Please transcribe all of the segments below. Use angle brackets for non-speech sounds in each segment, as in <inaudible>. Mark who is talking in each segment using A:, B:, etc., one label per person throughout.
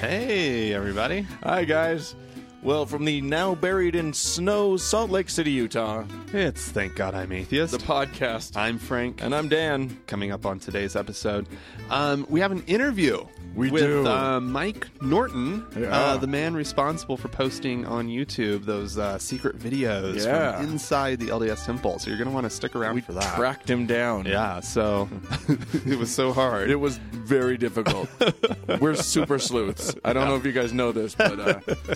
A: Hey, everybody.
B: Hi, guys. Well, from the now buried in snow Salt Lake City, Utah,
A: It's Thank God I'm Atheist.
B: the podcast.
A: I'm Frank.
B: And I'm Dan.
A: Coming up on today's episode, um, we have an interview
B: We
A: with
B: do.
A: Uh, Mike Norton,
B: Yeah.
A: uh, the man responsible for posting on YouTube those uh, secret videos
B: Yeah.
A: from inside the LDS temple. So you're going to want to stick around for that.
B: Tracked him down.
A: yeah, so <laughs> it was so hard.
B: It was
A: <laughs>
B: very difficult. We're super sleuths. I don't know if you guys know this, but uh,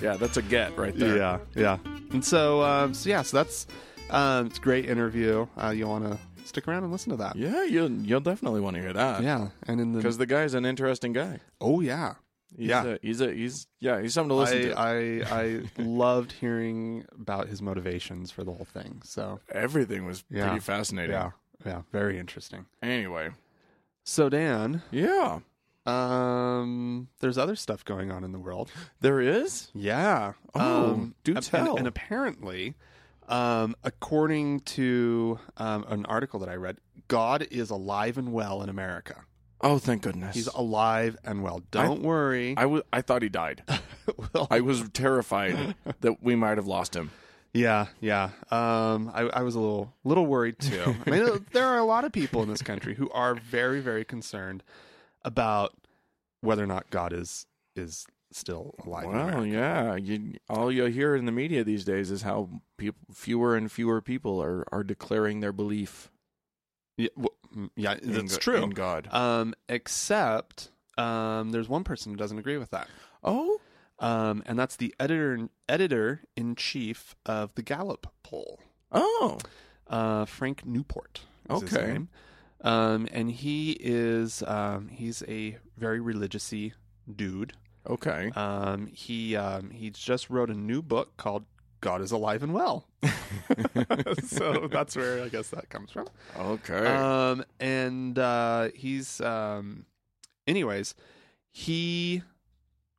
B: yeah, that's a get right there.
A: Yeah, yeah. And so, um, so yeah, so that's um, it's a great interview. Uh, you want to stick around and listen to that?
B: Yeah, you'll, you'll definitely want to hear that.
A: Yeah, and in the
B: Because the guy's an interesting guy.
A: oh yeah,
B: He's
A: yeah.
B: A, he's a, he's, yeah, he's something to listen
A: I,
B: to.
A: I I loved hearing about his motivations for the whole thing. So
B: Everything was
A: Yeah.
B: pretty fascinating.
A: yeah, yeah, very interesting.
B: Anyway.
A: So Dan,
B: Yeah.
A: um, there's other stuff going on in the world.
B: There is?
A: Yeah.
B: Oh, do
A: ap- and-
B: tell.
A: And, apparently, um, according to um, an article that I read, God is alive and well in America.
B: Oh, thank goodness.
A: He's alive and well. Don't worry.
B: I was I thought he died.
A: <laughs> well,
B: I was
A: <laughs>
B: terrified that we might have lost him.
A: yeah, yeah. Um, I, I was a little little worried too. I mean, there are a lot of people in this country who are very, very concerned about whether or not God is is still alive. in America.
B: Well, yeah. You, all you hear in the media these days is how peop fewer and fewer people are, are declaring their belief.
A: yeah, well, mm, yeah
B: in
A: that's
B: go-
A: true.
B: In God.
A: Um, except um, there's one person who doesn't agree with that,
B: oh,
A: um, and that's the editor editor in chief of the Gallup poll,
B: oh,
A: uh, Frank Newport. Is his
B: Okay.
A: name. um, and he is um, he's a very religiousy dude.
B: okay.
A: Um, he um, he just wrote a new book called God is Alive and Well. <laughs> <laughs> so that's where I guess that comes from.
B: <laughs> Okay.
A: Um, and uh, he's, um, anyways, he,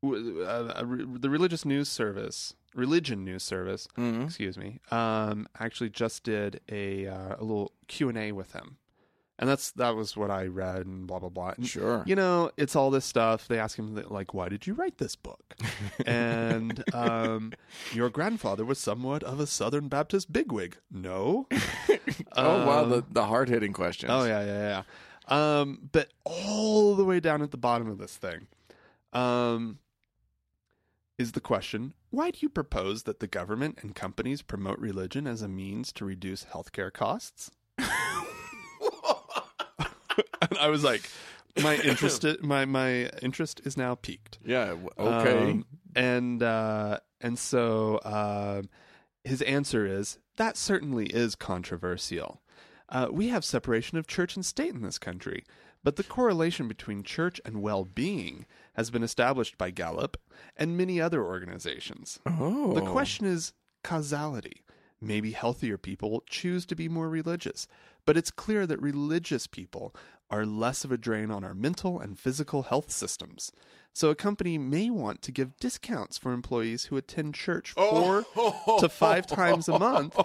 A: w- uh, uh, re- the religious news service, religion news service,
B: Mhm.
A: excuse me, um, actually just did a uh, a little Q and A with him, and that's that was what I read and blah blah blah. And,
B: Sure. <laughs>
A: You know, it's all this stuff. They ask him like, "Why did you write this
B: <laughs>
A: book?" and um, your grandfather was somewhat of a Southern Baptist bigwig. No.
B: <laughs> oh, wow.
A: Uh,
B: The, the hard hitting questions.
A: Oh yeah, yeah, yeah. Um, but all the way down at the bottom of this thing, um, is the question: Why do you propose that the government and companies promote religion as a means to reduce healthcare costs? <laughs> and I was like, my interest, my my interest is now peaked.
B: Yeah. w- Okay.
A: Um, and uh, and so um, his answer is that certainly is controversial. Uh, we have separation of church and state in this country, but the correlation between church and well-being has been established by Gallup and many other organizations.
B: oh.
A: The question is causality. Maybe healthier people choose to be more religious, but it's clear that religious people are less of a drain on our mental and physical health systems. So a company may want to give discounts for employees who attend church
B: Oh.
A: four
B: <laughs>
A: to five times a month.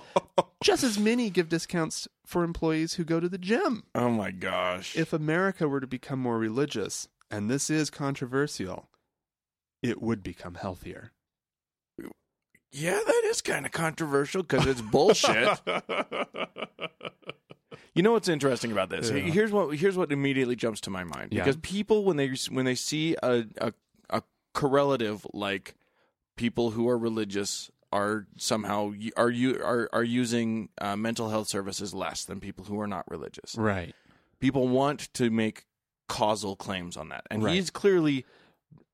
A: Just as many give discounts for employees who go to the gym.
B: Oh, my gosh.
A: If America were to become more religious, and this is controversial, it would become healthier.
B: Yeah, that is kind of controversial because it's
A: <laughs>
B: bullshit. you know what's interesting about this?
A: Yeah.
B: Here's what here's what immediately jumps to my mind
A: Yeah.
B: because people when they when they see a, a a correlative like people who are religious are somehow are you are are using uh, mental health services less than people who are not religious.
A: Right.
B: People want to make causal claims on that, and
A: Right.
B: he's clearly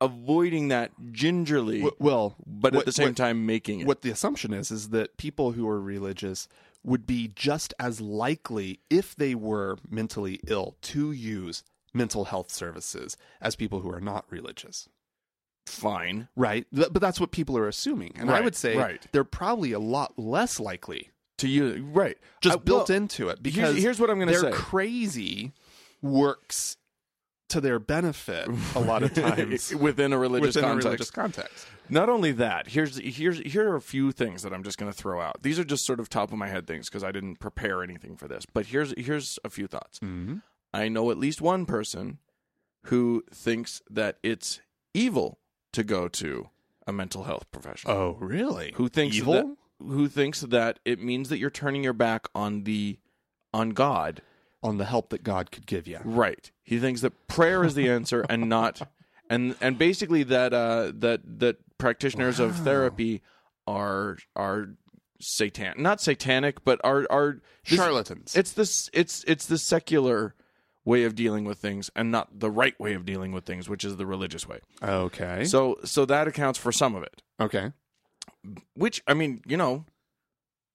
B: avoiding that gingerly,
A: W- well,
B: but
A: what-
B: at the same
A: what-
B: time making it.
A: what the assumption is is that people who are religious would be just as likely, if they were mentally ill, to use mental health services as people who are not religious.
B: fine.
A: Right, Th- but that's what people are assuming, and I
B: Right,
A: would say
B: right.
A: they're probably a lot less likely,
B: to you right
A: just
B: I-
A: built
B: Uh, well,
A: into it.
B: here's-
A: Because
B: here's what I'm gonna
A: their
B: say.
A: crazy works to their benefit a lot
B: <laughs>
A: of times
B: within a religious
A: within
B: context
A: a religious context.
B: not only that here's here's here are a few things that i'm just going to throw out these are just sort of top of my head things because i didn't prepare anything for this but here's here's a few Mm-hmm. thoughts i know at least one person who thinks that it's evil to go to a mental health professional
A: Oh, really?
B: who thinks
A: evil?
B: that who thinks that it means that you're turning your back on the on God.
A: on the help that God could give you.
B: Right. He thinks that prayer is the answer and not and and basically that uh that that practitioners of
A: Wow.
B: therapy are are satan not satanic but are are this-
A: Charlatans.
B: it's this it's it's the secular way of dealing with things and not the right way of dealing with things which is the religious way
A: okay.
B: so so that accounts for some of it
A: okay.
B: which i mean you know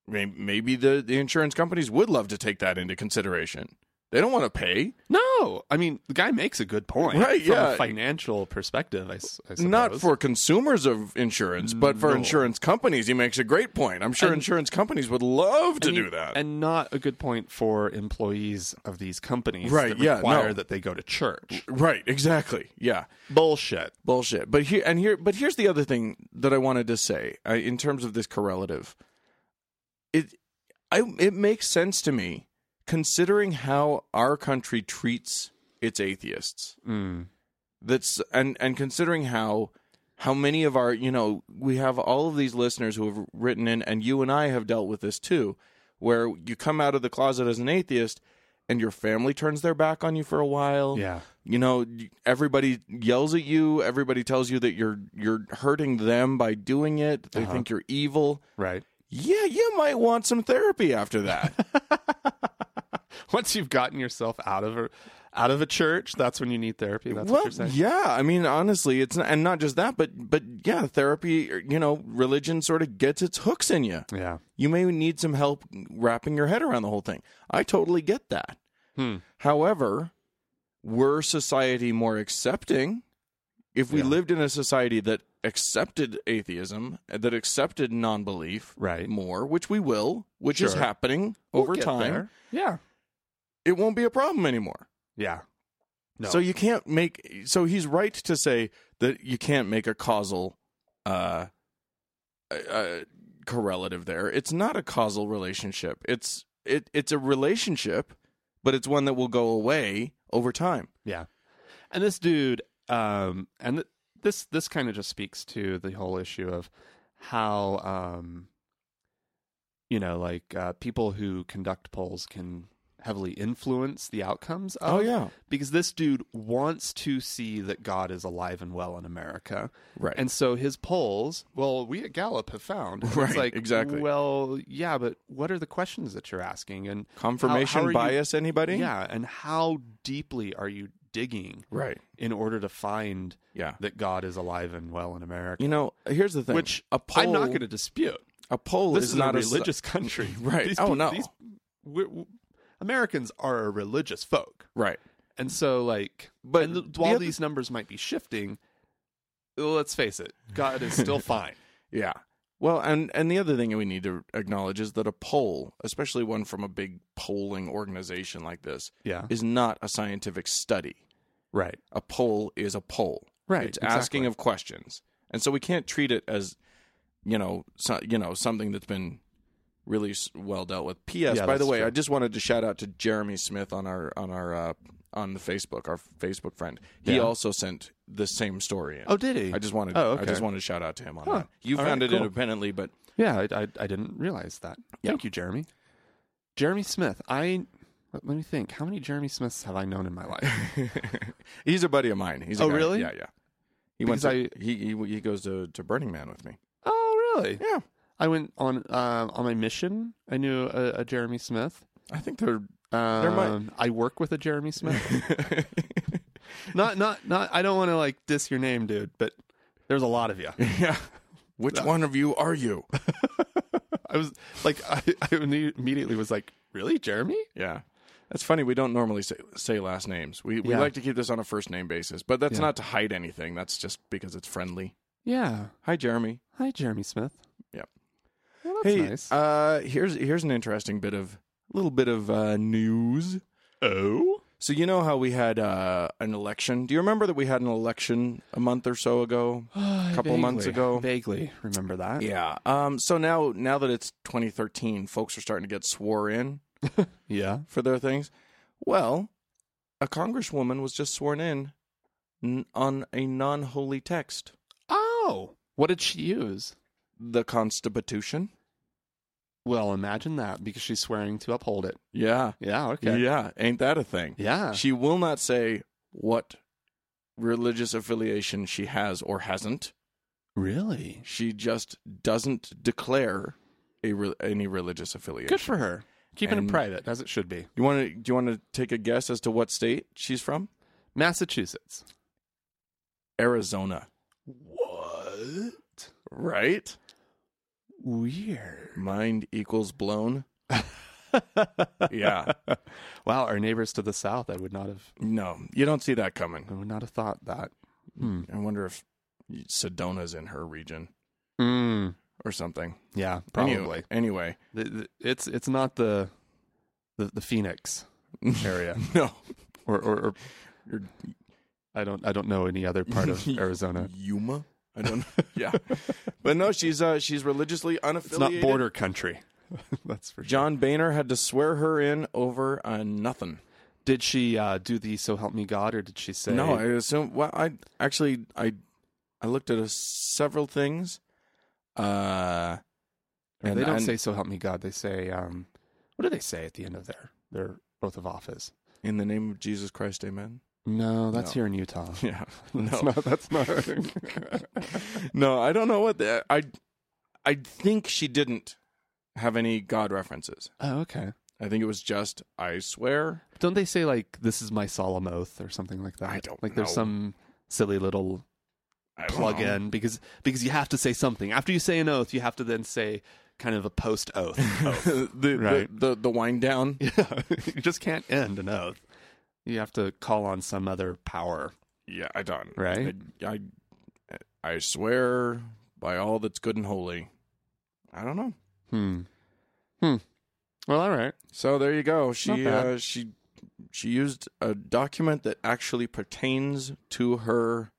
B: may- maybe the the insurance companies would love to take that into consideration they don't want to pay
A: No, I mean the guy makes a good point,
B: Right,
A: From
B: yeah.
A: a financial perspective, I, s- I suppose.
B: not for consumers of insurance but for
A: No.
B: insurance companies he makes a great point i'm sure
A: And-
B: insurance companies would love to
A: And
B: do
A: you-
B: that
A: and not a good point for employees of these companies,
B: Right,
A: That
B: yeah,
A: require
B: no.
A: that they go to church.
B: right exactly yeah
A: Bullshit.
B: bullshit. But here and here, but here's the other thing that I wanted to say uh, in terms of this correlative. It, I, it makes sense to me considering how our country treats its atheists.
A: Mm.
B: That's and and considering how how many of our you know we have all of these listeners who have written in, and you and I have dealt with this too, where you come out of the closet as an atheist. And your family turns their back on you for a while
A: Yeah.
B: you know everybody yells at you everybody tells you that you're you're hurting them by doing it they
A: Uh-huh.
B: think you're evil
A: <laughs> Right.
B: yeah you might want some therapy after that
A: Once you've gotten yourself out of a out of a church, that's when you need therapy. That's what,
B: well
A: you're saying.
B: yeah i mean honestly it's not, and not just that but but yeah therapy you know religion sort of gets its hooks in you
A: Yeah.
B: you may need some help wrapping your head around the whole thing i totally get that
A: Hmm.
B: However, were society more accepting, if we
A: Yeah.
B: lived in a society that accepted atheism, that accepted non belief
A: Right.
B: more, which we will, which is
A: Sure.
B: happening
A: We'll
B: over
A: get
B: time,
A: there. Yeah.
B: it won't be a problem anymore.
A: Yeah. No.
B: So you can't make, so he's right to say that you can't make a causal, uh, uh, correlative there. It's not a causal relationship. It's, it, it's a relationship, but it's one that will go away over time.
A: Yeah. And this dude, um, and th- this this kind of just speaks to the whole issue of how, um, you know, like uh, people who conduct polls can heavily influence the outcomes. Of,
B: Oh, yeah.
A: because this dude wants to see that God is alive and well in America,
B: Right.
A: and so his polls. Well, we at Gallup have found and
B: Right,
A: it's like
B: exactly.
A: Well, yeah, but what are the questions that you're asking? And
B: confirmation
A: how- how are you-
B: bias anybody?
A: yeah, and how deeply are you digging?
B: Right.
A: in order to find
B: Yeah.
A: that God is alive and well in America.
B: You know, here's the thing.
A: Which
B: a poll
A: I'm not going to dispute.
B: a poll
A: This
B: is,
A: is
B: not
A: a
B: s-
A: religious country,
B: <laughs> Right.
A: These
B: Oh,
A: peop-
B: no.
A: these- we're, we Americans are a religious folk,
B: right.
A: and so like,
B: But
A: but and th-
B: the
A: while
B: other-
A: these numbers might be shifting, let's face it, God is
B: <laughs>
A: still fine.
B: Yeah. Well, and and the other thing we need to acknowledge is that a poll, especially one from a big polling organization like this,
A: Yeah,
B: is not a scientific study.
A: right.
B: A poll is a poll.
A: Right,
B: It's asking
A: exactly.
B: of questions, and so we can't treat it as, you know, so, you know something that's been really s- well dealt with. P.S.
A: Yeah,
B: by the
A: that's
B: way,
A: true.
B: I just wanted to shout out to Jeremy Smith on our on our uh, on the Facebook, our Facebook friend. He
A: Yeah.
B: also sent the same story in.
A: Oh, did he?
B: I just wanted
A: Oh,
B: I
A: okay.
B: just wanted to shout out to him on
A: Huh.
B: that. You
A: All
B: found
A: right,
B: it
A: cool.
B: independently, but
A: Yeah, I, I, I didn't realize that.
B: Yeah.
A: Thank you, Jeremy. Jeremy Smith. I let me think. How many Jeremy Smiths have I known in my life?
B: <laughs> he's a buddy of mine. He's a
A: Oh,
B: guy-
A: really?
B: Yeah, yeah. He went to,
A: Because
B: he, he he goes to, to Burning Man with me.
A: Oh, really?
B: Yeah.
A: I went on um, on my mission. I knew a, a Jeremy Smith.
B: I think <laughs> they're
A: Um,
B: might-
A: I work with a Jeremy
B: <laughs>
A: Smith. not not not. I don't want to like diss your name, dude, but there's a lot
B: <laughs>
A: of you.
B: Yeah. Which one of you are you?
A: I was like, I, I imme- immediately was like, really, Jeremy?
B: Yeah. That's funny. We don't normally say, say last names. We, we
A: Yeah.
B: like to keep this on a first name basis, but that's
A: Yeah.
B: not to hide anything. That's just because it's friendly.
A: Yeah.
B: Hi, Jeremy.
A: Hi, Jeremy Smith.
B: Yep.
A: Well, that's
B: hey,
A: nice.
B: uh, here's here's an interesting bit of little bit of uh, news.
A: oh.
B: So you know how we had uh, an election? Do you remember that we had an election a month or so ago?
A: A
B: Couple months ago.
A: Vaguely remember that.
B: Yeah. Um. So now now that it's 2013, folks are starting to get swore in
A: Yeah.
B: for their things. Well, a congresswoman was just sworn in n- on a non holy text
A: Oh, what did she use?
B: the Constitution.
A: Well, imagine that because she's swearing to uphold it.
B: Yeah.
A: Yeah, okay.
B: Yeah. Ain't that a thing?
A: Yeah.
B: She will not say what religious affiliation she has or hasn't.
A: Really?
B: She just doesn't declare a re- any religious affiliation.
A: Good for her. Keeping
B: And-
A: it private, as it should be.
B: You want to? Do you want to take a guess as to what state she's from?
A: Massachusetts.
B: Arizona,
A: What?
B: right?
A: Weird.
B: Mind
A: <laughs>
B: equals blown. Yeah.
A: Wow, our neighbors to the south, I would not have
B: No, you don't see that
A: I
B: coming.
A: would not have thought that. Hmm.
B: I wonder if Sedona's in her region
A: Mm.
B: or something.
A: Yeah,
B: Any-
A: probably.
B: Anyway,
A: The, the, it's it's not the the, the Phoenix area.
B: <laughs> no,
A: or, or, or
B: Or-
A: I don't I don't know any other part <laughs> of Arizona.
B: Yuma. I don't. <laughs> Yeah, but no, she's uh, she's religiously unaffiliated.
A: It's not border country. <laughs> That's for sure.
B: John Boehner had to swear her in over uh, nothing.
A: Did she uh, do the "So Help Me God" or did she say
B: No, I assume. Well, I actually i I looked at a, several things. Uh,
A: Or they don't
B: and-
A: say "So Help Me God." They say um, what do they say at the end of their their oath of office?
B: in the name of Jesus Christ,
A: <laughs>
B: Amen.
A: No, that's
B: No.
A: here in Utah.
B: Yeah,
A: That's
B: <laughs> no,
A: not. That's not.
B: <laughs> no, I don't know what the, I. I think she didn't have any God references.
A: <laughs> oh, okay.
B: I think it was just I swear.
A: Don't they say like "This is my solemn oath" or something like that?
B: I don't
A: like.
B: know.
A: There's some silly
B: <clears throat>
A: little
B: I don't
A: plug
B: know.
A: in because because you have to say something after you say an oath. You have to then say kind of a post oath.
B: <laughs> <laughs>
A: <laughs>
B: the, the-
A: Right.
B: the the wind down.
A: Yeah, you just can't end an oath. You have to call on some other power,
B: Yeah, I don't.
A: right?
B: I, I I swear by all that's good and holy. I don't know.
A: Hmm. Hmm. Well, all right.
B: So there you go. She
A: bad.
B: uh, she she used a document that actually pertains to her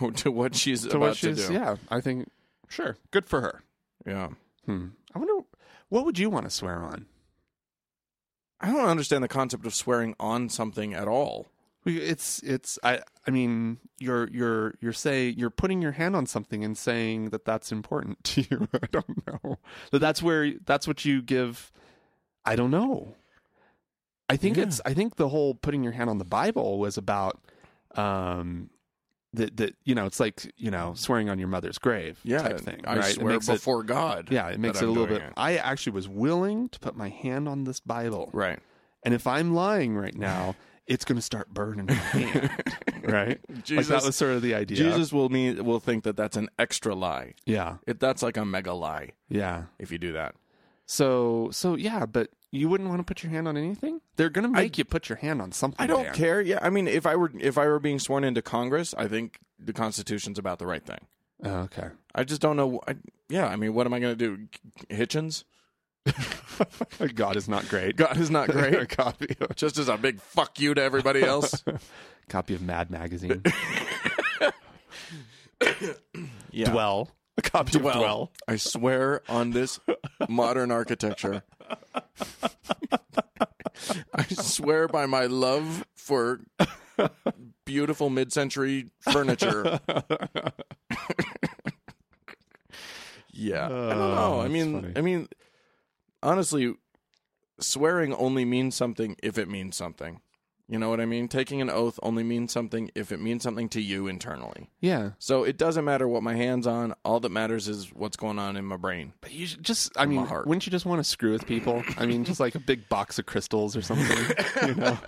B: <laughs> to what she's
A: So
B: about
A: what she's
B: to do.
A: yeah, I think sure. Good for her.
B: Yeah.
A: Hmm. I wonder what would you want to swear on?
B: I don't understand the concept of swearing on something at all.
A: We- It's it's I I mean you're you're you're saying you're putting your hand on something and saying that that's important to you. <laughs> I don't know that that's where that's what you give. I don't know. I think
B: Yeah.
A: it's I think the whole putting your hand on the Bible was about um that that you know it's like you know swearing on your mother's grave
B: Yeah,
A: type thing.
B: I
A: right? It
B: swear
A: makes it-
B: before God.
A: yeah, it makes
B: that
A: it a
B: I'm
A: little
B: doing
A: bit.
B: it.
A: I actually was willing to put my hand on this Bible. <laughs>
B: Right. <laughs>
A: And if I'm lying right now, it's going to start burning my <laughs> hand, right?
B: Jesus,
A: Like that was sort of the idea.
B: Jesus will mean will think that that's an extra lie.
A: Yeah.
B: It, that's like a mega lie
A: Yeah.
B: if you do that.
A: So, so yeah, but you wouldn't want to put your hand on anything? They're going to make you put your hand on something.
B: I don't
A: Dan.
B: care. Yeah, I mean, if I were if I were being sworn into Congress, I think the Constitution's about the right thing.
A: Oh, okay.
B: I just don't know. I, yeah, I mean, what am I going to do? Hitchens?
A: God is not great.
B: God is
A: <laughs>
B: not
A: A
B: great.
A: copy of,
B: just as a big fuck you to everybody else.
A: copy of Mad <laughs> Magazine.
B: Yeah.
A: Dwell. A copy
B: Dwell.
A: of Dwell.
B: I swear on this modern architecture. I swear by my love for beautiful mid-century furniture. yeah, I don't know.
A: Oh,
B: I
A: that's
B: mean,
A: funny.
B: I mean, honestly, swearing only means something if it means something. You know what I mean? Taking an oath only means something if it means something to you internally.
A: Yeah.
B: So it doesn't matter what my hands on. All that matters is what's going on in my brain.
A: But you should just, I
B: my
A: mean,
B: heart.
A: wouldn't you just want to screw with people? I mean, just like a big box of crystals or something, <laughs> you know?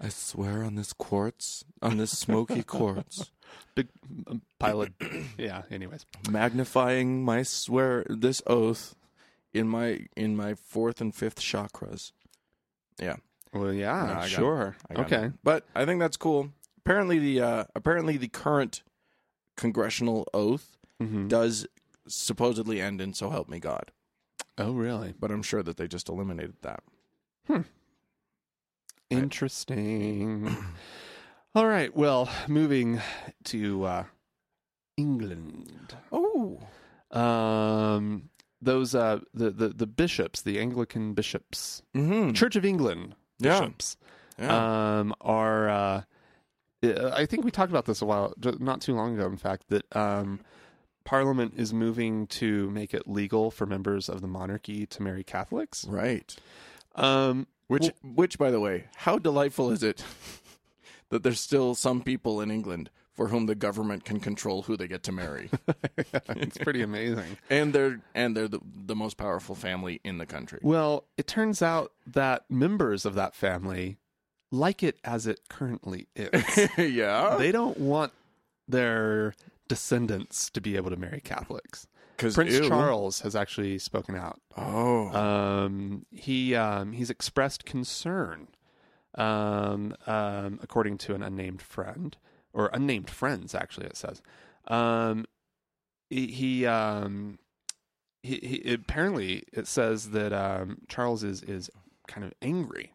B: I swear on this quartz, on this smoky <laughs> quartz,
A: Big um, pile <clears throat> of, yeah, anyways.
B: magnifying my swear this oath in my in my fourth and fifth chakras. Yeah,
A: Well,
B: No, I
A: yeah,
B: got it.
A: sure.
B: I got
A: okay.
B: it. But I think that's cool. Apparently the uh, apparently the current congressional oath
A: Mhm.
B: does supposedly end in "So help me God,"
A: Oh, really?
B: but I'm sure that they just eliminated that.
A: <clears throat> Interesting. All right. Well, moving to uh, England.
B: Oh,
A: Um, those uh, the, the the bishops, the Anglican bishops,
B: mm-hmm.
A: Church of England
B: Yeah.
A: Uh, bishops,
B: yeah.
A: um, are uh, uh, I think we talked about this a while, ju- not too long ago, in fact, that um, Parliament is moving to make it legal for members of the monarchy to marry Catholics.
B: Right.
A: <laughs> Um,
B: Which, which, by the way, how delightful is it <laughs> that there's still some people in England for whom the government can control who they get to <laughs> marry,
A: it's pretty amazing.
B: and they're and they're the, the most powerful family in the country.
A: Well, it turns out that members of that family like it as it currently <laughs> is.
B: <laughs> yeah,
A: they don't want their descendants to be able to marry Catholics.
B: because
A: Prince Charles has actually spoken out.
B: Oh,
A: Um, he um, he's expressed concern, um, um, according to an unnamed friend or unnamed friends. Actually, it says um, he he, um, he he apparently it says that um, Charles is is kind of angry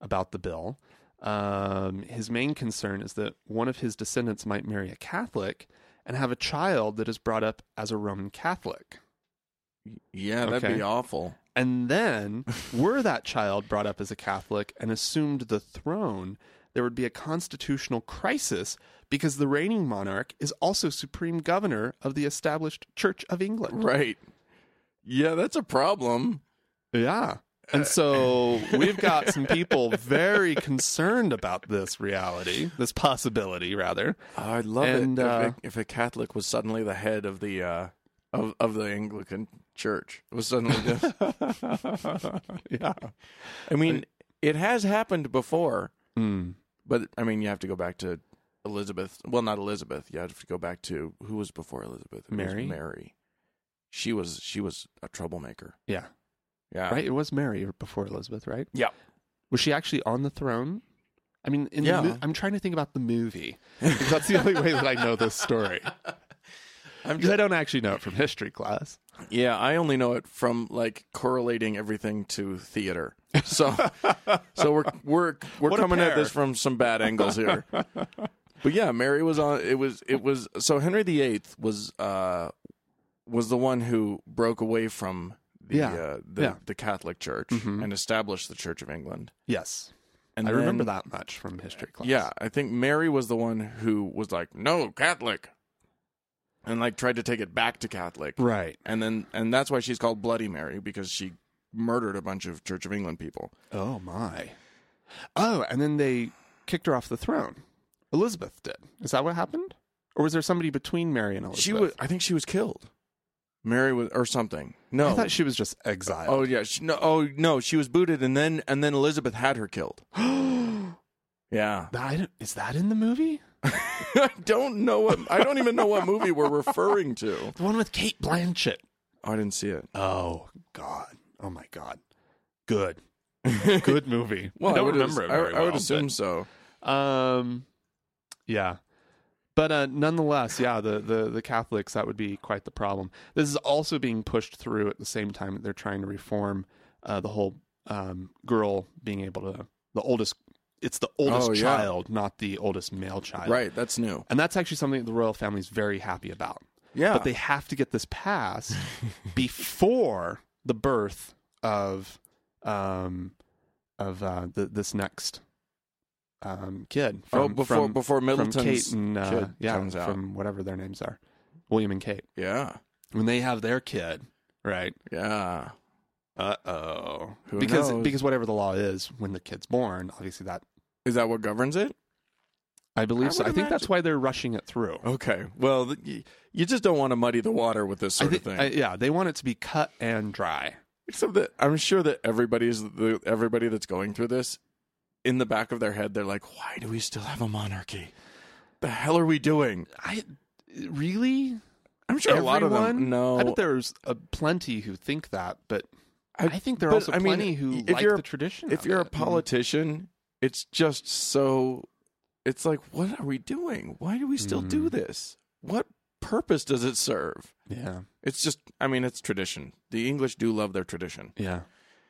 A: about the bill. Um, his main concern is that one of his descendants might marry a Catholic and have a child that is brought up as a Roman Catholic.
B: yeah, that'd
A: okay.
B: be awful.
A: And then, were that child brought up as a Catholic and assumed the throne, there would be a constitutional crisis because the reigning monarch is also supreme governor of the established Church of England.
B: Right. Yeah, that's a problem.
A: Yeah. And so we've got some people very concerned about this reality, this possibility, rather.
B: I'd love
A: And,
B: it if,
A: uh,
B: a, if a Catholic was suddenly the head of the uh, of of the Anglican Church. It was suddenly the yeah. <laughs> I <laughs> mean, it has happened before,
A: Mm.
B: but I mean, you have to go back to Elizabeth. Well, not Elizabeth. You have to go back to who was before Elizabeth. It was
A: Mary?
B: Mary. She was she was a troublemaker.
A: Yeah.
B: Yeah.
A: Right? It was Mary before Elizabeth, right?
B: Yeah.
A: Was she actually on the throne? I mean, in
B: Yeah.
A: the mo- I'm trying to think about the movie. 'cause That's the only way that I know this <laughs> story.
B: I'm
A: Because I don't actually know it from history class.
B: Yeah, I only know it from like correlating everything to theater.
A: <laughs>
B: So, so we're we're we're
A: What a
B: coming at
A: pair.
B: this from some bad angles
A: <laughs>
B: here. but yeah, Mary was on. It was it was so Henry VIII was uh was the one who broke away from the
A: Yeah,
B: uh, the,
A: yeah. Mm-hmm.
B: the Catholic Church and established the Church of England.
A: Yes.
B: And
A: I remember
B: then-
A: that much from history class.
B: Yeah, I think Mary was the one who was like, "No, Catholic," and like tried to take it back to Catholic
A: Right.
B: and then and that's why she's called Bloody Mary because she murdered a bunch of Church of England people.
A: Oh, my. Oh, and then they kicked her off the throne. Elizabeth did. Is that what happened? Or was there somebody between Mary and Elizabeth?
B: She was, I think, she was killed. Mary was, or something. No.
A: I thought she was just exiled.
B: oh yeah. She, no. Oh no. She was booted, and then and then Elizabeth had
A: <gasps>
B: her killed. Yeah. <laughs>
A: Oh, I don't- is that in the movie?
B: I don't know what. I don't even know what movie we're referring to.
A: The one with Kate Blanchett.
B: Oh, I didn't see it.
A: Oh God! Oh my God!
B: <laughs>
A: Good, good movie. I don't
B: would
A: remember it
B: as-
A: very
B: I, I would
A: well,
B: assume so.
A: but, um, yeah, but uh, nonetheless, yeah, the, the the Catholics that would be quite the problem. This is also being pushed through at the same time that they're trying to reform uh, the whole um, girl being able to the oldest. It's the oldest
B: Oh, yeah.
A: child, not the oldest male child.
B: Right. That's new.
A: And that's actually something that the royal family is very happy about.
B: Yeah.
A: But they have to get this passed before the birth of um of uh the, this next um kid from
B: oh, before
A: from,
B: before
A: from
B: Middleton's.
A: Kate and uh,
B: kid
A: yeah
B: comes out.
A: from whatever their names are William and Kate
B: yeah.
A: when they have their kid right
B: Yeah.
A: uh oh
B: Who
A: because
B: knows?
A: because whatever the law is when the kid's born obviously that
B: Is that what governs it?
A: I believe
B: I
A: so I
B: would Oh,
A: think that's why they're rushing it through
B: Okay. Well, th- y- you just don't want to muddy the water with this
A: I
B: sort
A: thi-
B: of
A: I-
B: thing.
A: yeah they want it to be cut and dry
B: Except that I'm sure that everybody's the, everybody that's going through this, in the back of their head, they're like, "Why do we still have a monarchy? The hell are we doing?"
A: I really
B: I'm sure a lot of them.
A: Everyone?
B: No,
A: I bet there's a plenty who think that, but I, think there are
B: but,
A: also
B: I mean,
A: plenty who
B: if
A: like
B: you're a-
A: the tradition.
B: if
A: of
B: you're a
A: it.
B: politician, it's just so. It's like, what are we doing? Why do we still
A: Hmm.
B: do this? What purpose does it serve?
A: yeah,
B: It's just, I mean, it's tradition. The English do love their tradition.
A: yeah,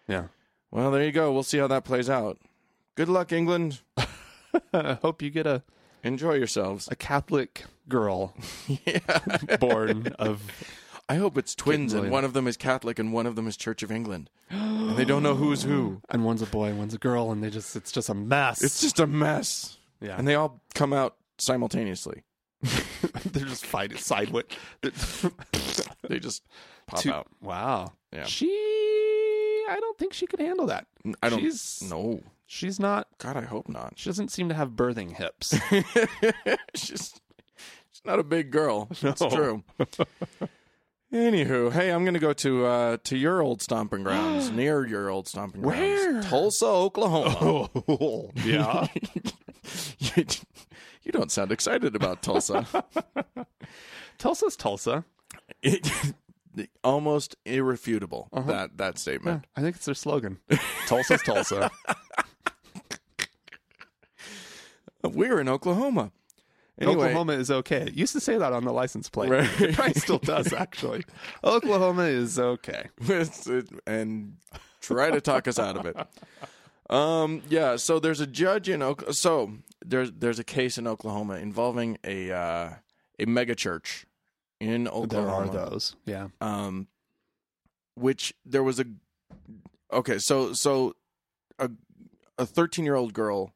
A: yeah.
B: Well, there you go. We'll see how that plays out. Good luck, England.
A: <laughs> I hope you get a,
B: Enjoy yourselves.
A: a Catholic
B: <laughs>
A: girl born of.
B: I hope it's twins and
A: William.
B: one of them is Catholic and one of them is Church of England. <gasps> And they don't know who's who.
A: And one's a boy, one's a girl, and they just—it's just a mess.
B: It's just a mess.
A: Yeah.
B: and they all come out simultaneously.
A: They're just <laughs> fighting
B: <laughs>
A: sideways.
B: They just pop
A: Two-
B: out.
A: Wow.
B: Yeah.
A: She, I don't think she could handle that.
B: I don't.
A: She's-
B: No,
A: She's not.
B: God, I hope not. <laughs>
A: She doesn't seem to have birthing hips.
B: she's she's not a big <laughs> girl. That's
A: No.
B: true. Anywho, hey, I'm gonna go to uh, to your old stomping <gasps> grounds, near your old stomping grounds,
A: Where?
B: Tulsa, Oklahoma.
A: <laughs> oh,
B: <laughs>
A: yeah.
B: you, you don't sound excited about Tulsa.
A: Tulsa's Tulsa.
B: <laughs> It- almost irrefutable that that statement.
A: I think it's their
B: <laughs>
A: slogan. Tulsa's Tulsa.
B: We're in Oklahoma. Anyway, <laughs>
A: Oklahoma is okay. It used to say that on the license plate.
B: Right.
A: It probably still
B: <laughs>
A: does, actually. Oklahoma is okay.
B: with it and try to talk us out of it. Um, yeah. So there's a judge in Oklahoma. So there's there's a case in Oklahoma involving a uh, a mega church in
A: There are
B: Oklahoma.
A: those. Yeah.
B: um, which there was a okay, so so a a thirteen year old girl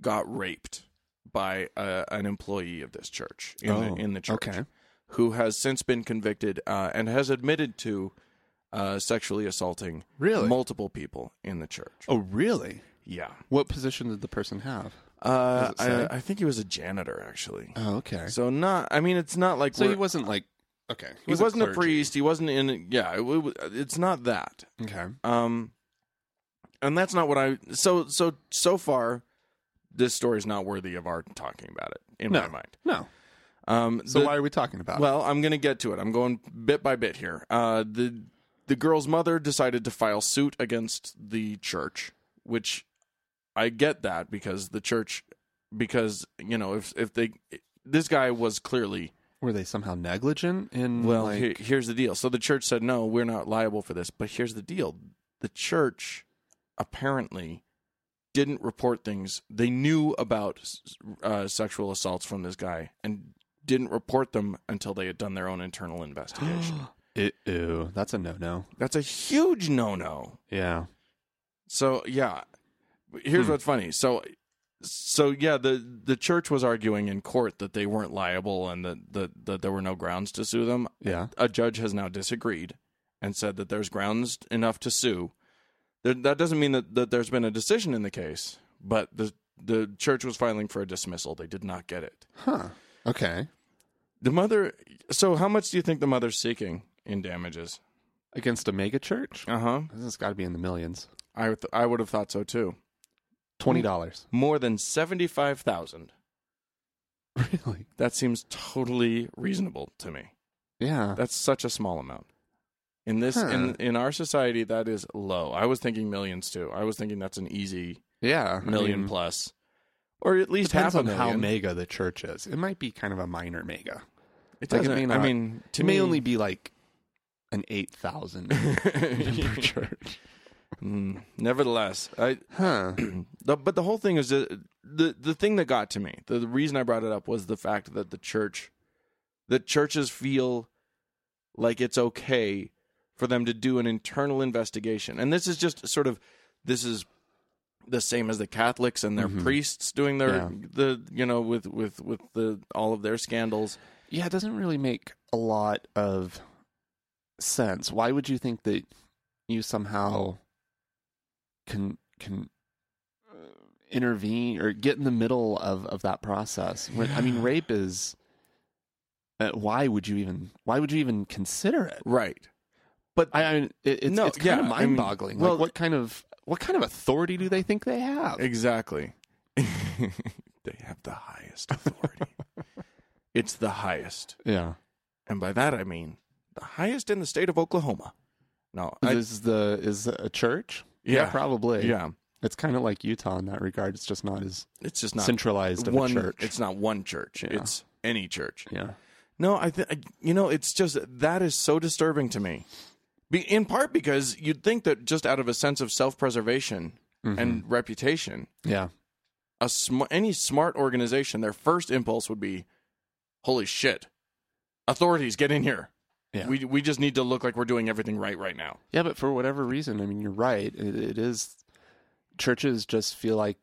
B: got raped by a, an employee of this church in
A: Oh,
B: the in the church,
A: okay.
B: who has since been convicted uh, and has admitted to uh, sexually assaulting
A: Really?
B: multiple people in the church.
A: Oh, really?
B: Yeah,
A: What position did the person have?
B: uh,
A: Does it say?
B: I, I think he was a janitor actually.
A: Oh, okay. So,
B: So not, I mean, it's not like we're-
A: he wasn't like, okay.
B: he wasn't a
A: clergy.
B: priest. He wasn't in. Yeah, it, wa- it's not that.
A: Okay.
B: Um, and that's not what I. So so so far, this story is not worthy of our talking about it in my
A: No.
B: mind.
A: No.
B: Um,
A: So
B: the-
A: why are we talking about
B: well, I'm going to get to it. I'm going bit by bit here. Uh, the the girl's mother decided to file suit against the church, which I get that because the church, because you know, if if they, this guy was clearly
A: it? Were they somehow negligent in
B: well,
A: like,
B: he- here's the deal. So the church said, no, we're not liable for this. But here's the deal the church apparently didn't report things. They knew about uh, sexual assaults from this guy and didn't report them until they had done their own
A: <gasps>
B: internal investigation.
A: it, <gasps> ew, that's a no-no.
B: That's a huge no no.
A: Yeah.
B: So yeah, here's what's funny. So so yeah, the the church was arguing in court that they weren't liable and that that, that there were no grounds to sue them
A: Yeah.
B: a judge has now disagreed and said that there's grounds enough to sue. That that doesn't mean that, that there's been a decision in the case, but the the church was filing for a dismissal. They did not get it.
A: Huh. Okay.
B: The mother. So how much do you think the mother's seeking in damages?
A: Against a mega church?
B: Uh huh.
A: Oh, This has got to be in the millions. Hmm.
B: I would th- I would have thought so too.
A: Twenty dollars. <laughs>
B: More than seventy five thousand.
A: Really?
B: That seems totally reasonable to me.
A: Yeah.
B: That's such a small amount. In this
A: Huh.
B: in in our society, that is low. I was thinking millions too. I was thinking that's an easy
A: yeah. I
B: million
A: mean,
B: plus, or at least
A: Depends
B: half a
A: on
B: million.
A: how mega the church is. It might be kind of a minor mega.
B: it
A: like, it
B: doesn't.
A: may
B: I
A: not-
B: mean, to
A: it may
B: me, <laughs>
A: only be like an eight <laughs> thousand member <laughs> church.
B: Mm, nevertheless, I.
A: Huh.
B: The, but the whole thing is that the the thing that got to me. The, the reason I brought it up was the fact that the church, the churches feel like it's okay for them to do an internal investigation, and this is just sort of this is the same as the Catholics and their
A: Mhm.
B: priests doing their
A: Yeah.
B: the you know with with with the all of their scandals.
A: Yeah, it doesn't really make a lot of sense. Why would you think that you somehow can can uh, intervene or get in the middle of of that process? When, I mean, rape is. Uh, why would you even? Why would you even consider it?
B: Right.
A: I, I mean, it, it's,
B: No,
A: it's kind
B: yeah,
A: of
B: I mean,
A: mind-boggling.
B: well-
A: like, what kind of what kind of authority do they think they have?
B: Exactly. <laughs> they have the highest authority. <laughs> it's the highest.
A: yeah,
B: And by that I mean the highest in the state of Oklahoma. No. I,
A: is the is a church?
B: Yeah.
A: probably.
B: yeah.
A: it's kind of like Utah in that regard. It's just not as
B: It's just not
A: centralized of
B: one
A: a church.
B: it's not one church.
A: Yeah.
B: It's any church.
A: yeah,
B: No, I think you know it's just that is so disturbing to me. Be, in part because you'd think that just out of a sense of self-preservation
A: Mm-hmm.
B: and reputation
A: yeah,
B: a sm- any smart organization, their first impulse would be, "Holy shit, authorities, get in here!
A: Yeah.
B: We we just need to look like we're doing everything right right now."
A: yeah. But for whatever reason, I mean, you're right. It, it is churches just feel like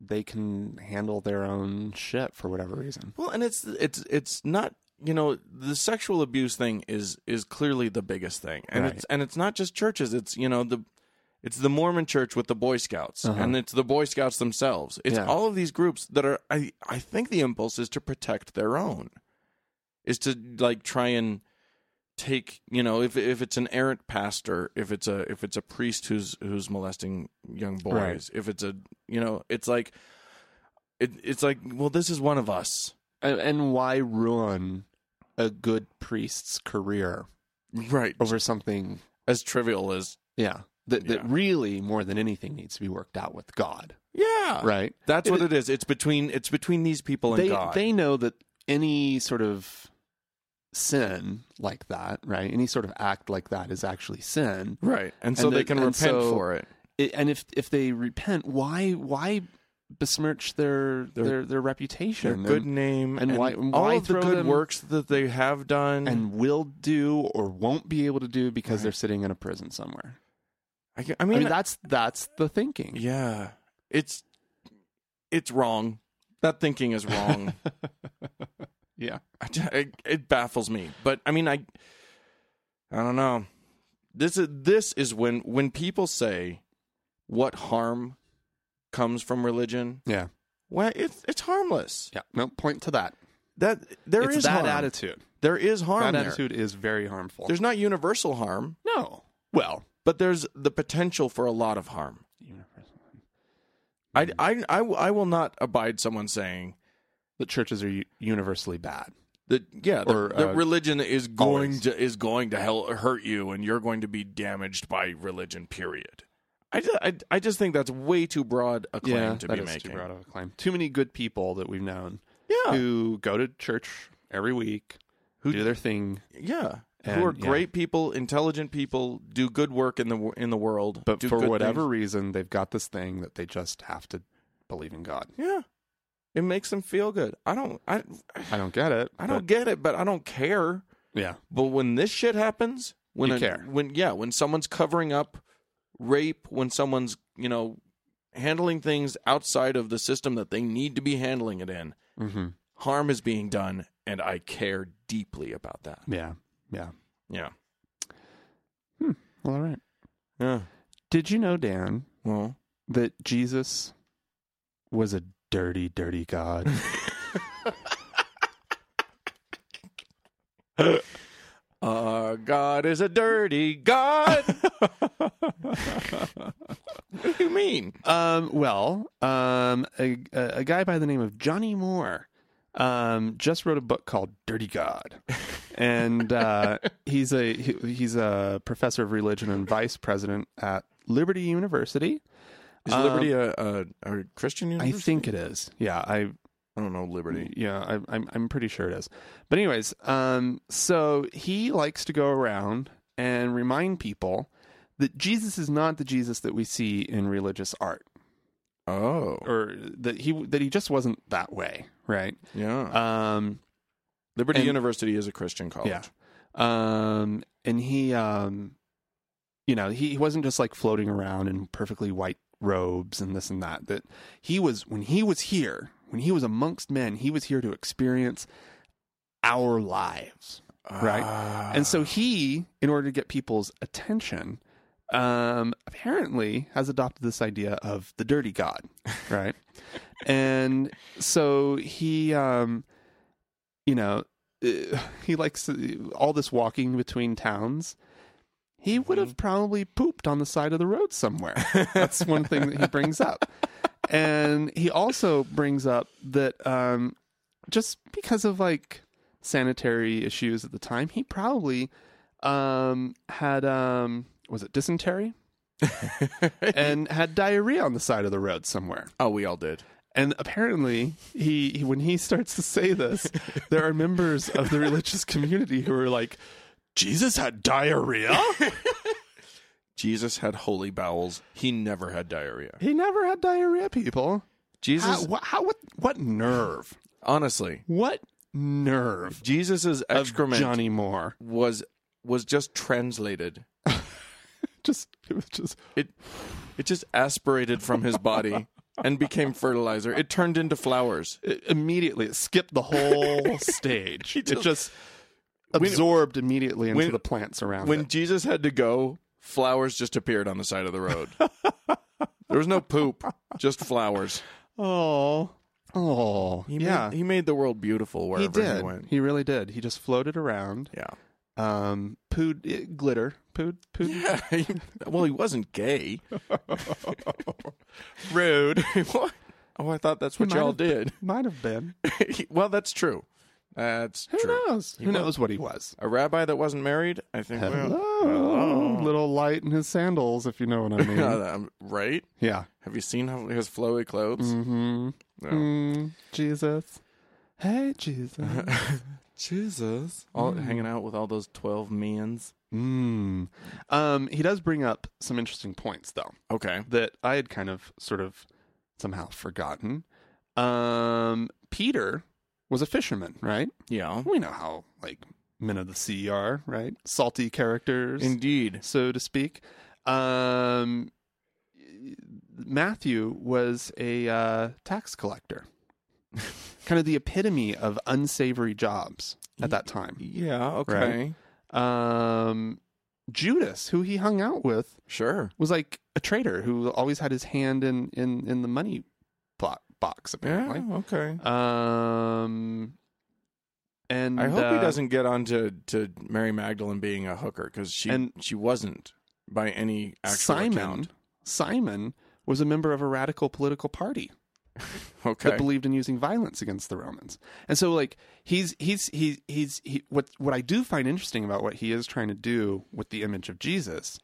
A: they can handle their own shit for whatever reason.
B: Well, and it's it's it's not you know the sexual abuse thing is is clearly the biggest thing, and
A: Right.
B: it's and it's not just churches. It's you know the it's the Mormon Church with the Boy Scouts,
A: Uh-huh.
B: and it's the Boy Scouts themselves. It's
A: Yeah.
B: all of these groups that are. I I think the impulse is to protect their own, is to like try and take you know if if it's an errant pastor if it's a if it's a priest who's who's molesting young boys
A: Right.
B: if it's a you know it's like it, it's like well this is one of us
A: And, and why ruin a good priest's career
B: right
A: over something?
B: as trivial as
A: Yeah. That, that
B: Yeah.
A: really more than anything needs to be worked out with God,
B: yeah
A: right?
B: that's
A: It-
B: what it is it's between it's between these people and
A: they
B: god
A: they know that any sort of sin like that, right? Any sort of act like that is actually sin.
B: right and so
A: and
B: they
A: the-
B: can
A: and
B: repent
A: so-
B: for it
A: I- and if if they repent, why why besmirch their their their, reputation?
B: their
A: and-
B: good name
A: and why-
B: all
A: why
B: of the
A: throw
B: good
A: them-
B: works that they have done
A: and will do or won't be able to do because they're sitting in a prison somewhere.
B: I, ca- I
A: I
B: mean,
A: mean, that's that's the thinking.
B: yeah it's it's wrong that thinking is <laughs> wrong
A: Yeah.
B: I ju- it, it baffles me. But I mean, I I don't know. This is this is when when people say what harm comes from religion.
A: Yeah.
B: Well, it's it's harmless.
A: Yeah. No point to that.
B: That there is
A: it's that
B: harm.
A: attitude.
B: There is harm.
A: That
B: there.
A: attitude is very harmful.
B: There's not universal harm,
A: no. Well,
B: but there's the potential for a lot of harm. I I I, I will not abide someone saying
A: the churches are u- universally bad.
B: that yeah that,
A: Or,
B: that
A: uh,
B: religion is going
A: always.
B: to is going to hell hurt you and you're going to be damaged by religion period I, ju- I, I just think that's way too broad a claim to
A: that
B: be
A: is
B: making
A: too broad of a claim. Too many good people that we've known
B: yeah
A: who go to church every week,
B: Who-
A: who do their thing,
B: yeah
A: And,
B: who are
A: yeah.
B: great people intelligent people do good work in the wo- in the world
A: but
B: do
A: for
B: good
A: whatever reason, they've got this thing that they just have to believe in God.
B: things. yeah it makes them feel good i don't i
A: I don't get it.
B: i don't get it but i don't care
A: but- yeah.
B: But when this shit happens, when
A: You
B: a-
A: care.
B: when yeah, when someone's covering up rape, when someone's you know handling things outside of the system that they need to be handling it in,
A: hmm
B: harm is being done, and I care deeply about that.
A: Yeah. Yeah.
B: Yeah,
A: Well, all right.
B: yeah.
A: Did you know, Dan,
B: Well,
A: that Jesus was a dirty, dirty
B: <laughs>
A: God?
B: uh, God is a dirty <laughs> God. what do you mean?
A: Um, well, um, a, a guy by the name of Johnny Moore um, just wrote a book called Dirty God, and
B: <laughs>
A: uh, he's a he, he's a professor of religion and vice president at Liberty University.
B: Is Liberty a, a, a Christian
A: I
B: university?
A: think it is. Yeah, I
B: I don't know Liberty.
A: yeah, I, I'm I'm pretty sure it is. But anyways, um, so he likes to go around and remind people that Jesus is not the Jesus that we see in religious art.
B: Oh,
A: Mm. or that he that he just wasn't that way, right?
B: yeah.
A: Um,
B: Liberty
A: and-
B: University is a Christian college.
A: yeah. Um, and he, um, you know, he, he wasn't just like floating around in perfectly white robes and this and that. That he was when he was here, when he was amongst men, he was here to experience our lives, right?
B: Ah.
A: And so he, in order to get people's attention, um, apparently has adopted this idea of the dirty god, right? and so he, um, you know, uh, <sighs> he likes to, all this walking between towns. He would have probably pooped on the side of the road somewhere. That's one thing that he brings up. And he also brings up that um, just because of like sanitary issues at the time, he probably um, had um, was it dysentery and had diarrhea on the side of the road somewhere.
B: oh, we all did.
A: And apparently, he, he when he starts to say this, there are members of the religious community who are like, "Jesus had diarrhea."
B: <laughs>
A: <laughs>
B: Jesus had holy bowels. He never had diarrhea.
A: he never had diarrhea, people. How,
B: Jesus,
A: what, how, what, what nerve?
B: honestly,
A: What nerve?
B: Jesus's
A: of
B: excrement
A: Johnny Moore.
B: was was just translated.
A: Just it was just <laughs>
B: It it just aspirated from his body and became fertilizer. It turned into flowers.
A: It, immediately, it skipped the <laughs> whole stage. it
B: just-
A: just absorbed immediately into
B: when-
A: the plants around
B: When
A: it.
B: Jesus had to go, flowers just appeared on the side of the <laughs> road. there was no poop, just flowers.
A: Oh, oh,
B: He
A: yeah.
B: made, he made the world beautiful wherever
A: he
B: he,
A: did. He,
B: went.
A: really did. He just floated around.
B: Yeah.
A: Um, pooed it, glitter. Pooed. Pooed.
B: Yeah. he- <laughs> well, he wasn't gay. <laughs>
A: Rude.
B: What? Oh, I thought that's what
A: might
B: y'all
A: have-
B: did.
A: Might have been.
B: He- <laughs> well, that's true. That's
A: Who
B: true.
A: knows? Who
B: was-
A: knows what he was?
B: A rabbi that wasn't married, I think. Well, Oh.
A: Hello.
B: <laughs>
A: Little light in his sandals, if you know what I mean.
B: uh, um, right?
A: yeah.
B: Have you seen how his flowy clothes?
A: Mm-hmm.
B: No.
A: Mm, Jesus. Hey, Jesus.
B: <laughs> Jesus, all hanging out with all those twelve men's.
A: mm. Um, he does bring up some interesting points, though.
B: Okay.
A: that I had kind of sort of somehow forgotten. Um, Peter was a fisherman, right?
B: Yeah.
A: We know how like men of the sea are, right? Salty characters,
B: Indeed.
A: so to speak. Um, Matthew was a uh, tax collector, <laughs> kind of the epitome of unsavory jobs at that time.
B: Yeah. Okay.
A: Um, Judas, who he hung out with,
B: Sure.
A: was like a trader who always had his hand in in in the money plot box apparently.
B: Okay.
A: Um and
B: I hope he
A: uh,
B: doesn't get on to, to Mary Magdalene being a hooker because she
A: And-
B: she wasn't by any actual
A: Simon
B: account.
A: Simon was a member of a radical political party
B: Okay.
A: that believed in using violence against the Romans. And so like he's he's he's he's he, what what I do find interesting about what he is trying to do with the image of Jesus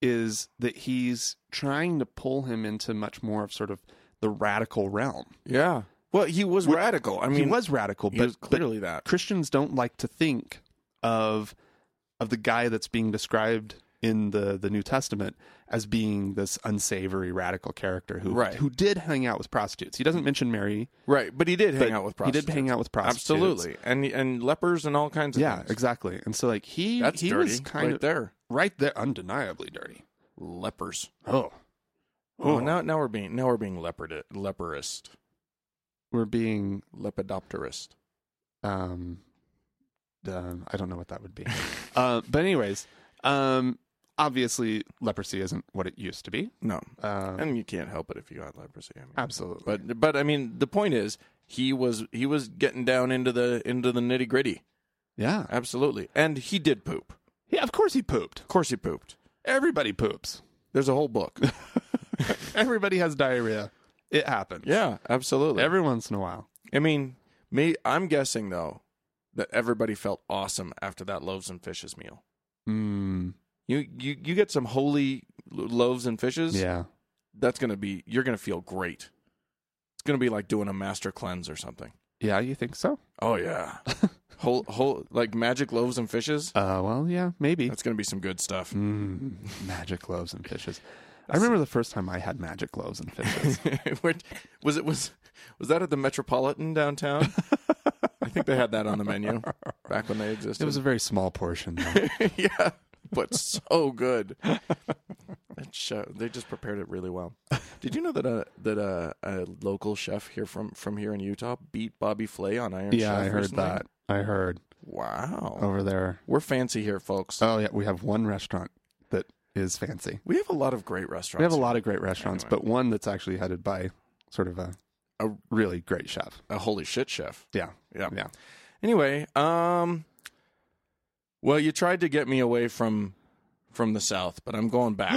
A: is that he's trying to pull him into much more of sort of the radical realm.
B: yeah. Well, he was radical. I mean,
A: he was radical,
B: he
A: but
B: was
A: but
B: clearly that.
A: Christians don't like to think of of the guy that's being described in the the New Testament as being this unsavory radical character who
B: Right.
A: who did hang out with prostitutes. He doesn't mention Mary.
B: Right, but he did hang
A: but
B: out with
A: He
B: prostitutes.
A: did hang out with prostitutes.
B: Absolutely, and and lepers and all kinds of
A: Yeah,
B: things.
A: exactly. And so like he
B: That's
A: he
B: dirty,
A: was kind
B: right
A: of
B: there.
A: right there undeniably dirty.
B: Lepers.
A: Oh.
B: Oh, now now we're being now we're being leopard leperist
A: we're being
B: lepidopterist.
A: um um, I don't know what that
B: <laughs>
A: would be. uh, but anyways, um obviously leprosy isn't what it used to be.
B: No,
A: Um,
B: and you can't help it if you got leprosy. I mean.
A: absolutely.
B: But but I mean the point is he was he was getting down into the into the nitty gritty.
A: yeah.
B: Absolutely, and he did poop.
A: Yeah, of course he pooped.
B: Of course, he pooped.
A: Everybody poops.
B: There's a
A: <laughs>
B: whole book.
A: Everybody has diarrhea. It happens.
B: yeah, absolutely.
A: Every once in a while.
B: I mean, me. I'm guessing though that everybody felt awesome after that loaves and fishes meal.
A: Mm,
B: You you you get some holy lo- loaves and fishes.
A: yeah.
B: that's gonna be you're gonna feel great. It's gonna be like doing a master cleanse or something.
A: Yeah, you think so?
B: Oh
A: <laughs>
B: yeah, whole whole like magic loaves and fishes.
A: Uh, well, yeah, maybe.
B: That's gonna be some good stuff.
A: Mm, magic loaves and fishes. I remember the first time I had magic loaves <laughs> and fishes.
B: <laughs> Where- was it was was that at the Metropolitan downtown? I think they had that on the menu back when they existed.
A: it was a very small portion. though.
B: yeah, <laughs> but so good. That show they just prepared it really well. Did you know that a that a, a local chef here from from here in Utah beat Bobby Flay on Iron
A: <laughs>
B: Chef?
A: yeah, I heard
B: recently?
A: that. Uh, I heard
B: Wow,
A: over there.
B: we're fancy here, folks.
A: Oh, yeah, we have one restaurant that is fancy.
B: we have a lot of great restaurants.
A: We have a lot of great restaurants,
B: Anyway.
A: but one that's actually headed by sort of a, a really great chef.
B: A holy shit chef.
A: Yeah.
B: Yeah.
A: Yeah.
B: Anyway, um, well, you tried to get me away from from the South, but I'm going back.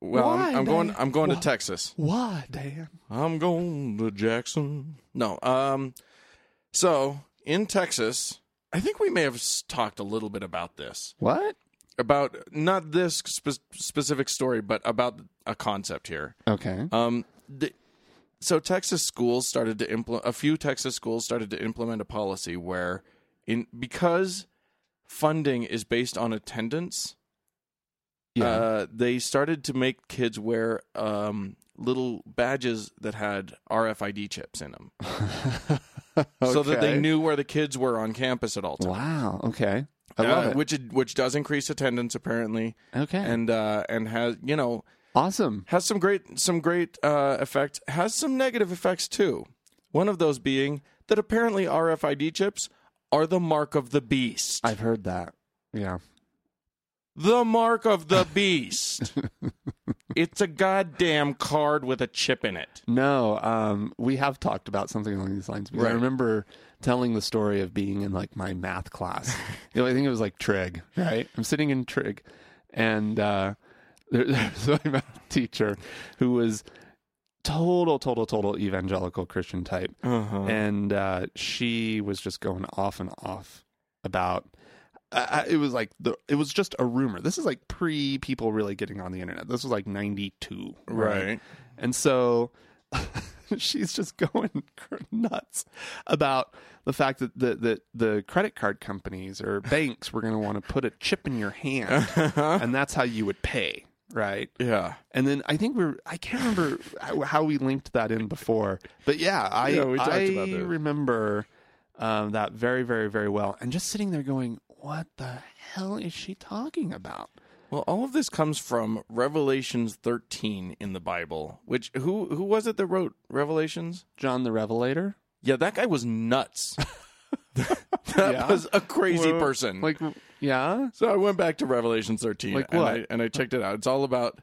B: well,
A: Why,
B: I'm, I'm going.
A: Dave?
B: I'm going
A: Why?
B: to Texas.
A: Why, Dan?
B: I'm going to Jackson. No. Um so in Texas, I think we may have s- talked a little bit about this.
A: What?
B: About not this spe- specific story, but about a concept here.
A: Okay.
B: Um the, so Texas schools started to implement a few Texas schools started to implement a policy where in because funding is based on attendance,
A: <laughs>
B: uh, they started to make kids wear um, little badges that had RFID chips in them, so that they
A: Okay.
B: knew where the kids were on campus at all times.
A: Wow. Okay. I love
B: Uh,
A: it.
B: Which which does increase attendance apparently,
A: okay.
B: and uh, and has you know
A: Awesome.
B: has some great some great uh, effect has some negative effects too one of those being that apparently rfid chips are the mark of the beast
A: I've heard that. Yeah.
B: the mark of the beast <laughs> it's a goddamn card with a chip in it
A: No, um, we have talked about something along these lines. Because I
B: Right.
A: remember telling the story of being in like my math class. You know, I think it was like trig, right? I'm sitting in trig, and uh, there, <laughs> there's my math teacher who was total, total, total evangelical Christian type, and uh, she was just going off and off about. I, I- it was like the it was just a rumor. This is like pre people really getting on the internet. This was like ninety two, and so <laughs> she's just going <laughs> nuts about the fact that the, that the credit card companies or banks were going to want to put a chip in your hand, and that's how you would pay, right?
B: yeah
A: And then I think we are I can't remember how, how we linked that in before, but yeah, I
B: Yeah, we talked
A: I
B: about this.
A: remember um, that very very very well, and just sitting there going, "What the hell is she talking about?"
B: well all of this comes from revelations 13 in the bible which who who was it that wrote revelations
A: John the Revelator,
B: yeah that guy was nuts <laughs> that
A: Yeah?
B: was a crazy
A: Well,
B: person
A: like yeah,
B: So I went back to Revelation 13
A: Like
B: and
A: what?
B: I, and I checked it out. It's all about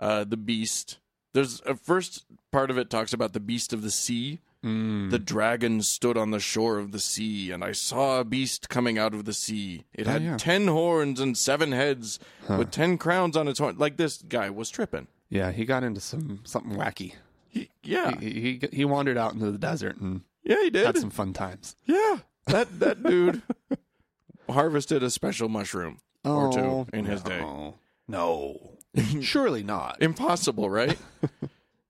B: uh, the beast. There's a first part of it talks about the beast of the sea.
A: Mm.
B: The dragon stood on the shore of the sea, and I saw a beast coming out of the sea. It had
A: Oh, yeah.
B: ten horns and seven heads, with ten crowns on its horn. Like this guy was tripping.
A: Yeah, he got into some something wacky.
B: He, yeah,
A: He, he he wandered out into the desert and
B: yeah, he did.
A: had some fun times.
B: yeah, that that dude <laughs> harvested a special mushroom or two in his day.
A: Oh,
B: <laughs>
A: No, surely not.
B: impossible right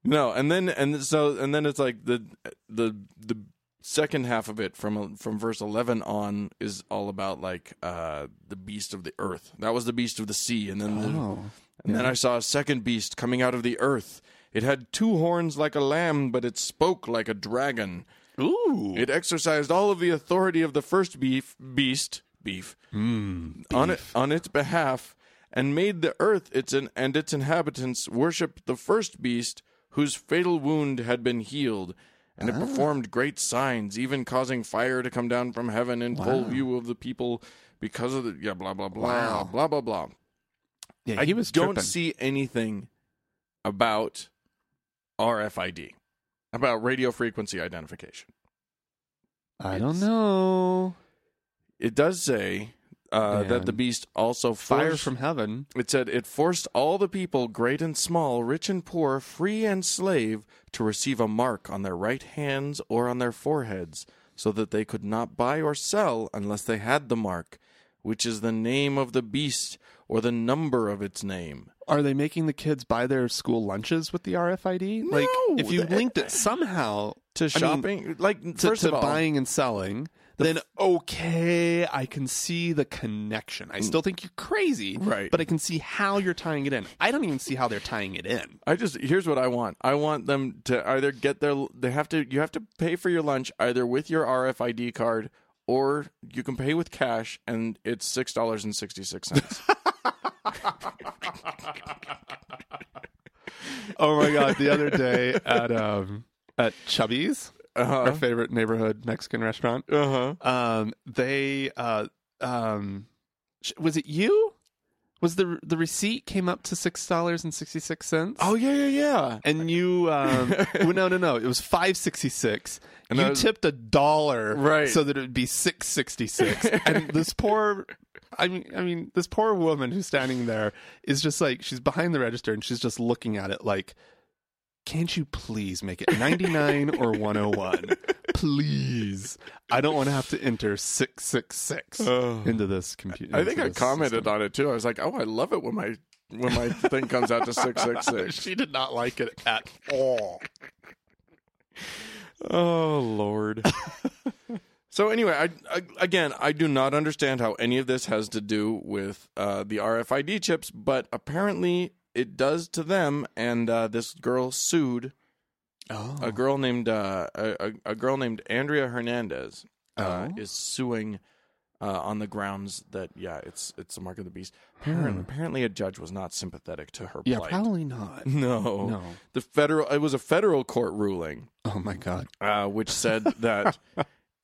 B: no and then and so and then it's like the the the second half of it from from verse 11 on is all about like uh the beast of the earth that was the beast of the sea and then the,
A: Oh,
B: and then i saw a second beast coming out of the earth it had two horns like a lamb but it spoke like a dragon
A: ooh,
B: it exercised all of the authority of the first beef, beast, beef,
A: Hmm,
B: on it, on its behalf, and made the earth its in, and its inhabitants worship the first beast, whose fatal wound had been healed, and
A: Ah.
B: it performed great signs, even causing fire to come down from heaven in full view of the people, because of the yeah blah blah blah
A: Wow.
B: blah blah blah.
A: yeah,
B: I
A: he was
B: don't
A: tripping.
B: see anything about RFID, about radio frequency identification.
A: I don't know.
B: It does say uh, that
A: Man.
B: the beast also
A: Fire
B: forced-
A: from heaven.
B: <laughs> It said it forced all the people, great and small, rich and poor, free and slave, to receive a mark on their right hands or on their foreheads, so that they could not buy or sell unless they had the mark, which is the name of the beast or the number of its name.
A: Are they making the kids buy their school lunches with the RFID? like,
B: No,
A: if you
B: that-
A: linked it somehow
B: To
A: I mean,
B: shopping, like
A: to,
B: first
A: to
B: of all,
A: buying and selling, then okay, I can see the connection. I still think you're crazy,
B: Right.
A: But I can see how you're tying it in. I don't even see how they're tying it in.
B: I just here's what I want. I want them to either get their they have to you have to pay for your lunch either with your RFID card or you can pay with cash and it's six dollars and sixty six cents. <laughs>
A: Oh my god! The <laughs> other day at um at Chubby's, our
B: Uh
A: favorite neighborhood Mexican restaurant,
B: huh.
A: um, they uh um, sh- was it you? Was the the receipt came up to six dollars and sixty six cents?
B: Oh yeah yeah yeah.
A: and you
B: <laughs>
A: um well, no no no it was 566
B: And
A: you
B: I was-
A: tipped a dollar
B: Right.
A: so that it would be 666 and this poor I mean, I mean, this poor woman who's standing there is just like she's behind the register and she's just looking at it like, "Can't you please make it 99 or 101? Please, I don't want to have to enter 666
B: Oh.
A: into this computer."
B: I think I commented on it too. I was like, oh, I love it when my when my thing comes out to six six six.
A: <laughs> She did not like it at all.
B: <laughs> Oh lord. <laughs> So anyway, I, I again I do not understand how any of this has to do with uh, the RFID chips, but apparently it does to them. And uh, this girl sued
A: Oh,
B: a girl named uh, a, a- a girl named Andrea Hernandez uh,
A: Oh.
B: is suing uh, on the grounds that yeah, it's it's the mark of the beast. Apparently, apparently a judge was not sympathetic to her
A: Hmm. Yeah,
B: plight. <laughs>
A: probably not.
B: No,
A: No.
B: The federal it was a federal court ruling
A: Oh my god.
B: uh,
A: <laughs>
B: which said that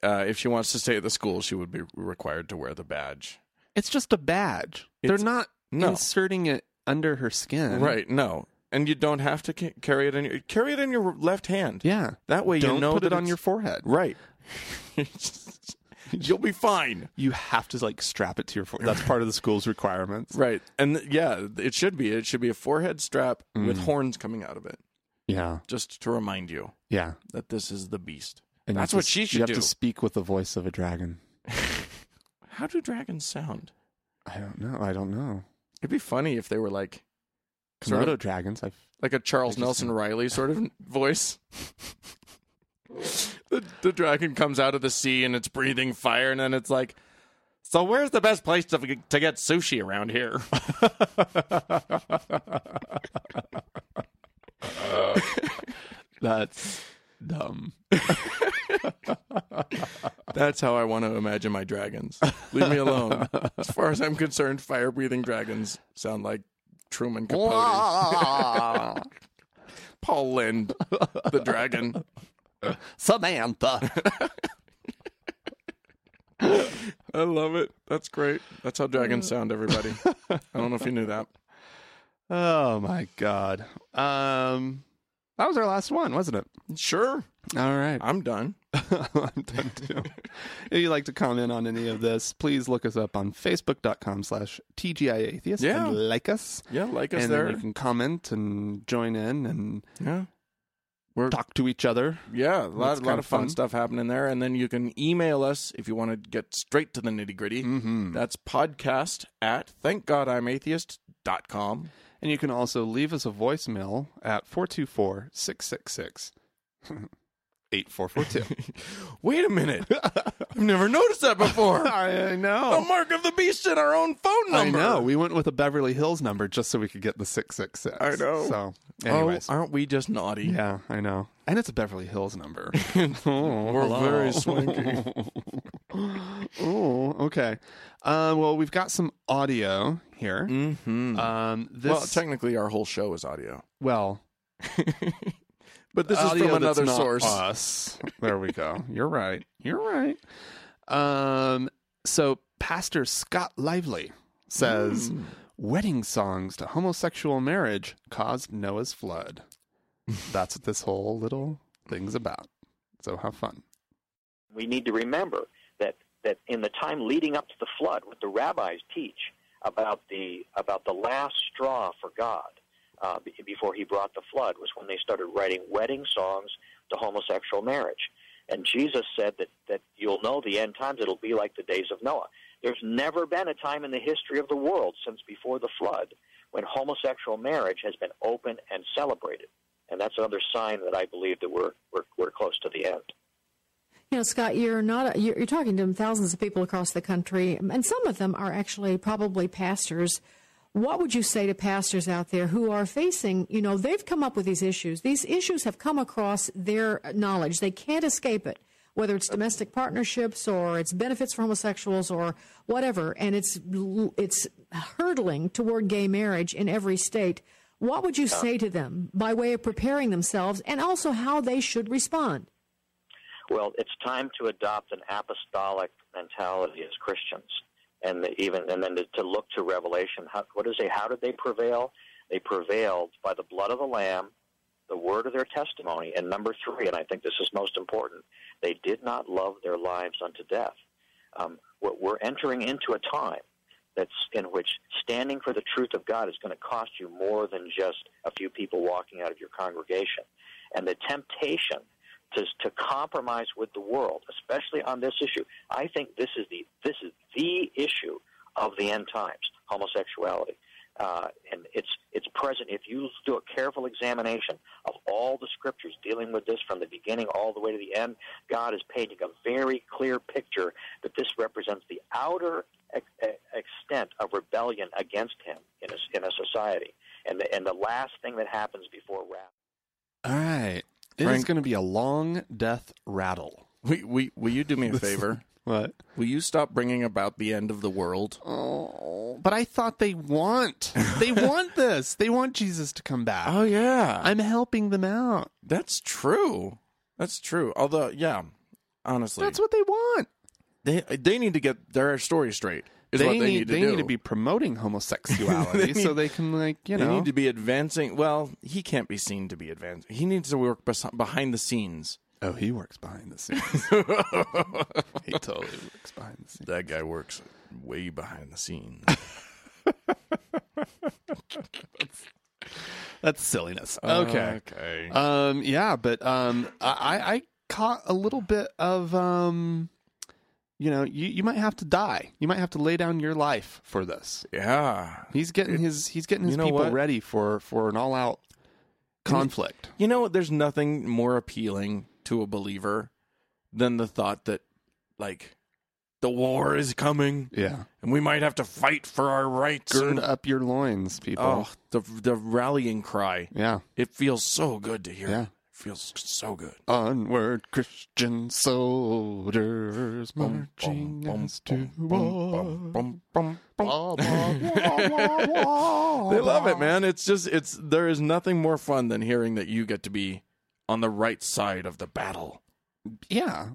B: uh, if she wants to stay at the school, she would be required to wear the badge.
A: It's just a badge.
B: It's-
A: They're not
B: No.
A: inserting it under her skin.
B: Right? No, and you don't have to ca- carry it in your carry it in your left hand.
A: Yeah.
B: That way,
A: Don't
B: you know
A: put
B: that
A: it on your
B: it's-
A: forehead.
B: right. <laughs> You'll be fine.
A: You have to like strap it to your forehead. That's part of the school's requirements.
B: Right, and th- yeah, it should be. It should be a forehead strap with horns coming out of it,
A: Yeah.
B: just to remind you
A: Yeah.
B: that this is the beast.
A: And you
B: That's
A: have to
B: what
A: s-
B: she should
A: You have
B: do.
A: to speak with the voice of a dragon.
B: How do dragons sound?
A: I don't know. I don't know.
B: It'd be funny if they were like sort
A: Komodo
B: of
A: dragons. I've
B: like a Charles
A: They're just
B: Nelson Riley sort <laughs> of voice. the, the dragon comes out of the sea and it's breathing fire, and then it's like, "So where's the best place to g- to get sushi around here?" <laughs>
A: that's <laughs> dumb.
B: That's how I want to imagine my dragons. Leave me alone. as far as I'm concerned, fire breathing dragons sound like Truman <laughs> Capote,
A: <laughs>
B: Paul Lind, the dragon.
A: Samantha.
B: I love it. That's great. That's how
A: Mm.
B: dragons sound, everybody. I don't know if you knew that.
A: Oh my god. Um that was our last one, wasn't it?
B: Sure,
A: All right.
B: I'm done.
A: <laughs> I'm done too. if you'd like to comment on any of this, please look us up on facebook.com slash TGI Atheist
B: Yeah.
A: and like us.
B: Yeah, like us
A: And
B: there.
A: then you can comment and join in and
B: Yeah.
A: talk to each other.
B: Yeah, a lot,
A: That's
B: a
A: kind
B: lot
A: of
B: of fun,
A: fun.
B: stuff happening there. And then you can email us if you want to get straight to the nitty gritty.
A: Mm-hmm.
B: That's podcast at thankgodimatheist.com.
A: And you can also leave us a voicemail at 424 666 8442.
B: Wait a minute. I've never noticed that
A: <laughs> <laughs>
B: before.
A: I
B: the
A: know.
B: mark of the beast in our own phone
A: I
B: number.
A: know. We went with a Beverly Hills number just so we could get the 666.
B: I know.
A: So,
B: Oh,
A: anyways.
B: aren't we just naughty?
A: yeah, I know. And it's a Beverly Hills
B: <laughs>
A: number.
B: We're
A: <laughs>
B: very swanky.
A: oh, okay. Uh, well, we've got some audio here.
B: hmm
A: Um, this,
B: Well, technically, our whole show is audio.
A: well,
B: But this
A: audio
B: is from
A: that's
B: another
A: not
B: source.
A: Us. There we
B: <laughs>
A: go. You're right. You're right. Um, so Pastor Scott Lively says
B: Mm.
A: wedding songs to homosexual marriage caused Noah's
B: <laughs>
A: flood. That's what this whole little thing's about. So have fun.
C: we need to remember that that in the time leading up to the flood, what the rabbis teach about the about the last straw for God uh, be- before He brought the flood was when they started writing wedding songs to homosexual marriage. And Jesus said that that you'll know the end times; it'll be like the days of Noah. There's never been a time in the history of the world since before the flood when homosexual marriage has been open and celebrated. And that's another sign that I believe that we're we're, we're close to the end.
D: You know, Scott, you're not you're, you're talking to thousands of people across the country, and some of them are actually probably pastors. What would you say to pastors out there who are facing, you know, they've come up with these issues. These issues have come across their knowledge. They can't escape it, whether it's domestic partnerships or it's benefits for homosexuals or whatever, and it's it's hurtling toward gay marriage in every state. What would you say to them by way of preparing themselves and also how they should respond?
C: Well, it's time to adopt an apostolic mentality as Christians, and the, even and then to, to look to Revelation. How, what does they? How did they prevail? They prevailed by the blood of the Lamb, the word of their testimony, and number three. And I think this is most important. They did not love their lives unto death. Um, we're, we're entering into a time that's in which standing for the truth of God is going to cost you more than just a few people walking out of your congregation, and the temptation to, to compromise with the world, especially on this issue. I think this is the this is the issue of the end times: homosexuality, uh, and it's it's present. If you do a careful examination of all the scriptures dealing with this from the beginning all the way to the end, God is painting a very clear picture that this represents the outer ex- ex- extent of rebellion against Him in a, in a society, and the, and the last thing that happens before wrath.
A: All right. It is
B: Frank-
A: going to be a long death rattle.
B: We, we, will you do <laughs> me a favor?
A: What?
B: Will you stop bringing about the end of the world?
A: Oh, but I thought they want
B: <laughs>
A: they want this. They want Jesus to come back.
B: Oh yeah,
A: I'm helping them out.
B: that's true. That's true. Although, yeah, honestly,
A: That's what they want.
B: they they need to get their story straight. Is
A: They,
B: what they
A: need,
B: need to
A: they
B: do.
A: need to be promoting homosexuality
B: <laughs> They
A: so
B: need-
A: they can like you
B: They
A: know
B: need to be advancing. Well, he can't be seen to be advancing. He needs to work bes- behind the scenes.
A: Oh, he works
B: <laughs>
A: behind the scenes. he totally works behind the scenes.
B: That guy works way behind the scenes.
A: That's silliness. Okay.
B: <laughs> Okay.
A: Um. Yeah, but um, I I caught a little bit of um, you know, you you might have to die. You might have to lay down your life for this.
B: yeah.
A: He's getting his he's getting his
B: You know
A: people
B: what?
A: ready for for an all out conflict.
B: You know, there's nothing more appealing to a believer than the thought that, like, the war is coming
A: Yeah.
B: and we might have to fight for our rights.
A: Gird
B: and-
A: up your loins, people.
B: oh, the the rallying cry.
A: Yeah.
B: It feels so good to hear.
A: Yeah.
B: It feels so good.
A: Onward, Christian soldiers
B: Bum,
A: marching
B: bum,
A: us
B: bum,
A: to
B: bum,
A: war.
B: bum, bum, bum, bum.
A: Wah, wah, wah, wah, wah,
B: They love it,
A: wah.
B: man. It's just it's there is nothing more fun than hearing that you get to be on the right side of the battle.
A: <laughs> Yeah,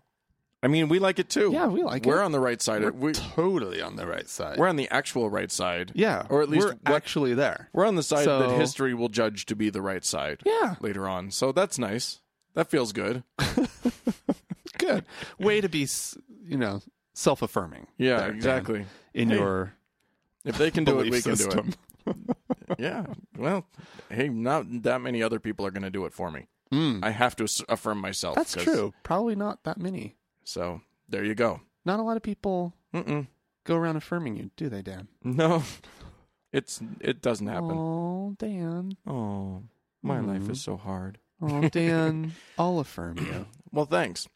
B: I mean, we like it too.
A: Yeah, we like
B: We're
A: it.
B: on the right side. of- we,
A: totally on the right side.
B: we're on the actual right side.
A: yeah,
B: or at least
A: we're
B: what-
A: actually there.
B: We're on the side
A: So-
B: that history will judge to be the right side.
A: Yeah,
B: Later on, so that's nice. That feels good.
A: good way to be, s- you know, self-affirming.
B: Yeah,
A: there, Dan,
B: exactly.
A: in
B: Hey,
A: your
B: If they can do it,
A: belief
B: we can
A: system.
B: do it. <laughs> Yeah. Well, hey, not that many other people are going to do it for me.
A: Mm,
B: I have to s- affirm myself.
A: that's
B: 'cause-
A: true. Probably not that many.
B: So there you go.
A: Not a lot of people
B: Mm-mm.
A: go around affirming you, do they, Dan?
B: No, <laughs> it's it doesn't happen.
A: Oh, Dan.
B: Oh, my life
A: Mm.
B: is so hard.
A: Oh,
B: <laughs>
A: Dan. I'll affirm you.
B: Well, thanks.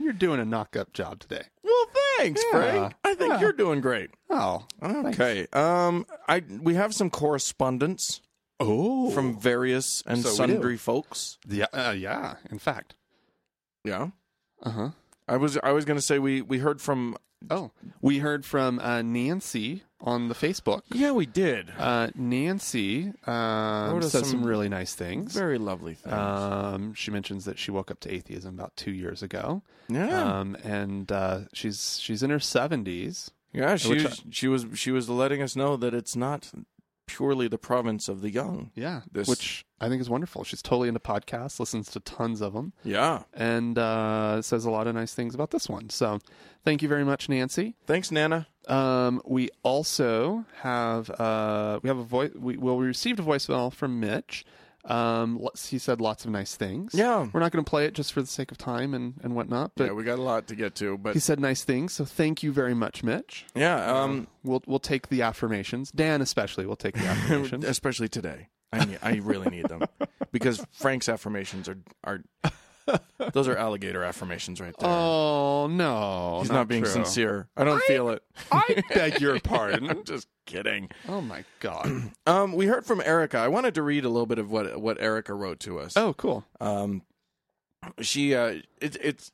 A: You're doing a knock-up job today.
B: Well, thanks,
A: Yeah.
B: Frank. I think
A: Yeah.
B: you're doing great.
A: Oh,
B: Okay. Um, I we have some correspondence
A: oh,
B: from various and
A: So we
B: sundry folks.
A: yeah, uh, yeah. In fact,
B: Yeah.
A: uh huh.
B: I was I was gonna say we we heard from
A: Oh, we heard from uh, Nancy on the Facebook.
B: yeah we did
A: Uh, Nancy um,
B: Wrote us
A: says some,
B: some
A: really nice things.
B: very lovely things.
A: Um, she mentions that she woke up to atheism about two years ago,
B: yeah,
A: um, and uh, she's she's in her seventies.
B: yeah. She
A: which
B: was, she was she was letting us know that it's not purely the province of the young.
A: Yeah,
B: This-
A: which I think is wonderful. She's totally into podcasts, listens to tons of them,
B: Yeah.
A: and uh, says a lot of nice things about this one. So, thank you very much, Nancy.
B: Thanks, Nana.
A: Um, we also have uh, we have a voice. We, well, we received a voicemail from Mitch. Um, lo- he said lots of nice things.
B: Yeah.
A: we're not going to play it just for the sake of time and and whatnot. But
B: yeah, we got a lot to get to, but
A: he said nice things, so thank you very much, Mitch.
B: yeah, um,
A: We'll we'll take the affirmations. Dan especially will <laughs> take the affirmations.
B: especially today. I need, I really need <laughs> them because Frank's affirmations are <laughs> are those are alligator affirmations right there.
A: oh no,
B: He's not, being
A: true.
B: sincere. I don't feel it. <laughs>
A: I beg your pardon.
B: I'm just kidding.
A: Oh my <clears throat> god.
B: Um, we heard from Erica. I wanted to read a little bit of what what Erica wrote to us.
A: Oh, cool.
B: Um, she uh, it, it's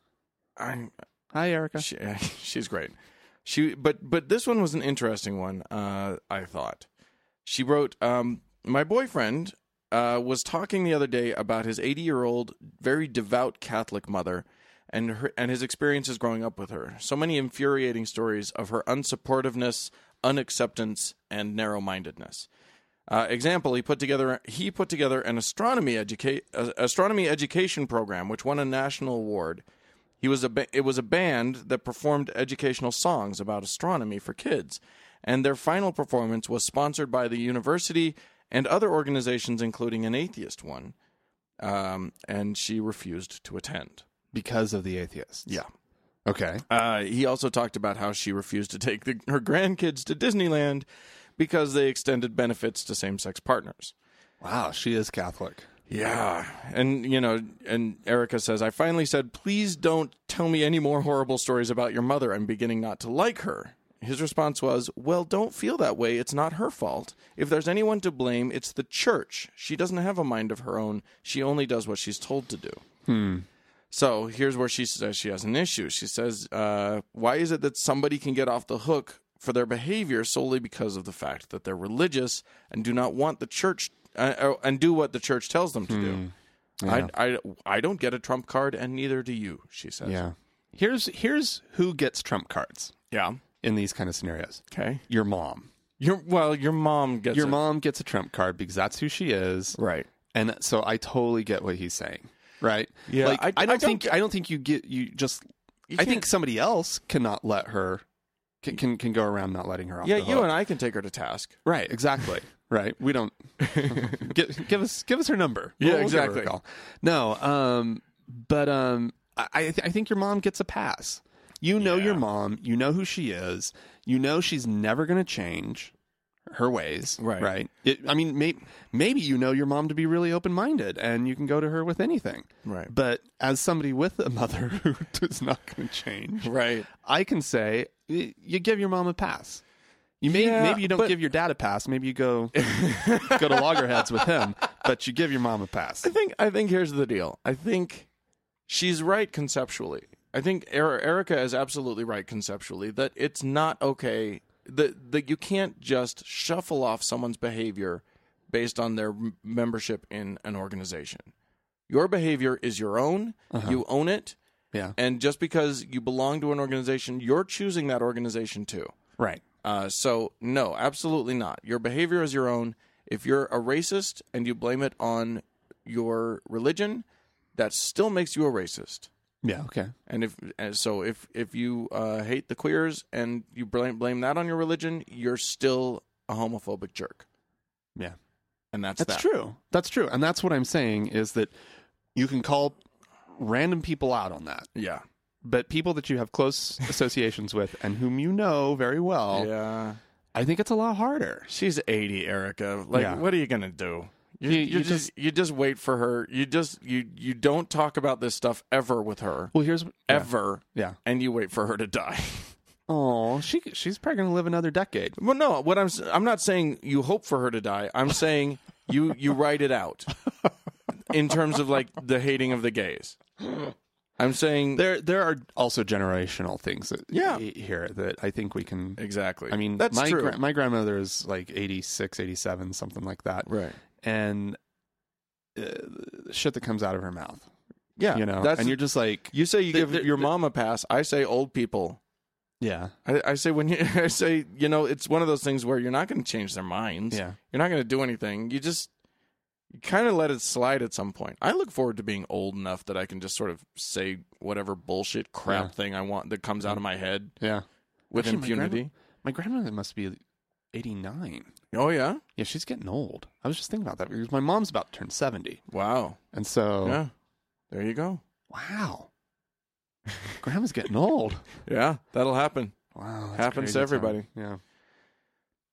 B: I'm
A: Hi, Erica.
B: she, <laughs> she's great. She but but this one was an interesting one. Uh, I thought she wrote um, my boyfriend uh, was talking the other day about his 80 year old very devout Catholic mother and her and his experiences growing up with her. So many infuriating stories of her unsupportiveness, unacceptance, and narrow mindedness. Uh, example: He put together he put together an astronomy educa- uh, astronomy education program, which won a national award. He was a ba- it was a band that performed educational songs about astronomy for kids, and their final performance was sponsored by the university and other organizations, including an atheist one. Um, and she refused to attend.
A: Because of the atheists. Okay.
B: Uh, he also talked about how she refused to take the, her grandkids to Disneyland because they extended benefits to same-sex partners.
A: Wow, she is Catholic.
B: Yeah. And, you know, and Erica says, I finally said, please don't tell me any more horrible stories about your mother. I'm beginning not to like her. His response was, Well, don't feel that way. It's not her fault. If there's anyone to blame, it's the church. She doesn't have a mind of her own. She only does what she's told to do. So here's where she says she has an issue. She says, uh, Why is it that somebody can get off the hook for their behavior solely because of the fact that they're religious and do not want the church uh, uh, and do what the church tells them to
A: Hmm.
B: do? I, I, I don't get a Trump card, and neither do you, she says.
A: Yeah. Here's here's who gets trump cards
B: Yeah.
A: in these kind of scenarios.
B: Okay.
A: Your mom.
B: Your, well, your mom gets
A: Your
B: it.
A: mom gets a trump card because that's who she is.
B: Right.
A: And so I totally get what he's saying. Right?
B: Yeah,
A: Like
B: I-
A: I,
B: I
A: don't
B: don't
A: think
B: get-
A: I don't think you get you just
B: You
A: I think
B: can't-
A: somebody else cannot let her can can, can go around not letting her off
B: Yeah,
A: the hook.
B: you and I can take her to task.
A: Right, exactly. right. We
B: <laughs>
A: don't give, give us give us her number.
B: Yeah,
A: give her a
B: exactly.
A: call. No, um but um I I th- I think your mom gets a pass. You know your mom, you know who she is, you know she's never going to change her ways,
B: Right.
A: Right. It, I mean, may, maybe you know your mom to be really open-minded, and you can go to her with anything,
B: Right.
A: But as somebody with a mother <laughs> who is not going to change,
B: Right.
A: I can say y- you give your mom a pass. You may
B: Yeah,
A: maybe you don't
B: but-
A: give your dad a pass. Maybe you go go to loggerheads with him, but you give your mom a pass.
B: I think I think here's the deal. I think she's right conceptually. I think er- Erica is absolutely right conceptually that it's not okay that that you can't just shuffle off someone's behavior based on their m- membership in an organization. Your behavior is your own. You own it.
A: Yeah,
B: And just because you belong to an organization, you're choosing that organization too.
A: right.
B: Uh, so no, absolutely not. Your behavior is your own. If you're a racist and you blame it on your religion, that still makes you a racist.
A: Yeah, okay.
B: And if and so, if if you uh, hate the queers and you blame blame that on your religion, you're still a homophobic jerk.
A: Yeah,
B: And that's
A: that's
B: that.
A: true. That's true, and that's what I'm saying is that you can call random people out on that,
B: Yeah.
A: but people that you have close <laughs> associations with and whom you know very well,
B: Yeah.
A: I think it's a lot harder.
B: She's eighty, Erica. Like,
A: Yeah.
B: what are you gonna do? You,
A: You-
B: you,
A: you
B: just,
A: just-
B: you just wait for her. You just you you don't talk about this stuff ever with her,
A: Well, here's
B: ever,
A: yeah.
B: and you wait for her to die. <laughs>
A: Oh, she she's probably gonna live another decade.
B: Well, no. What I'm s- I'm not saying you hope for her to die. I'm saying you you write it out in terms of like the hating of the gays. I'm saying
A: There, there are also generational things that
B: Yeah.
A: he- here that I think we can.
B: exactly.
A: I mean,
B: that's
A: my
B: true.
A: gra- my grandmother is like 86, 87, something like that,
B: right.
A: and uh, the shit that comes out of her mouth,
B: Yeah.
A: you know,
B: That's
A: and you're just like,
B: you say you
A: There-
B: give
A: there-
B: your mom a pass. I say old people.
A: yeah,
B: I, I say when you <laughs> I say you know it's one of those things where you're not going to change their minds.
A: Yeah.
B: You're not going to do anything. You just you kind of let it slide at some point. I look forward to being old enough that I can just sort of say whatever bullshit crap
A: Yeah.
B: thing I want that comes out of my head
A: yeah,
B: with
A: Actually, my
B: impunity.
A: My grandmother must be 89.
B: Oh yeah,
A: Yeah, she's getting old. I was just thinking about that because my mom's about to turn 70,
B: wow.
A: and so
B: Yeah, there you go.
A: wow, grandma's getting old.
B: Yeah, that'll happen.
A: Wow, that's
B: Happens
A: crazy
B: to
A: time.
B: everybody.
A: Yeah,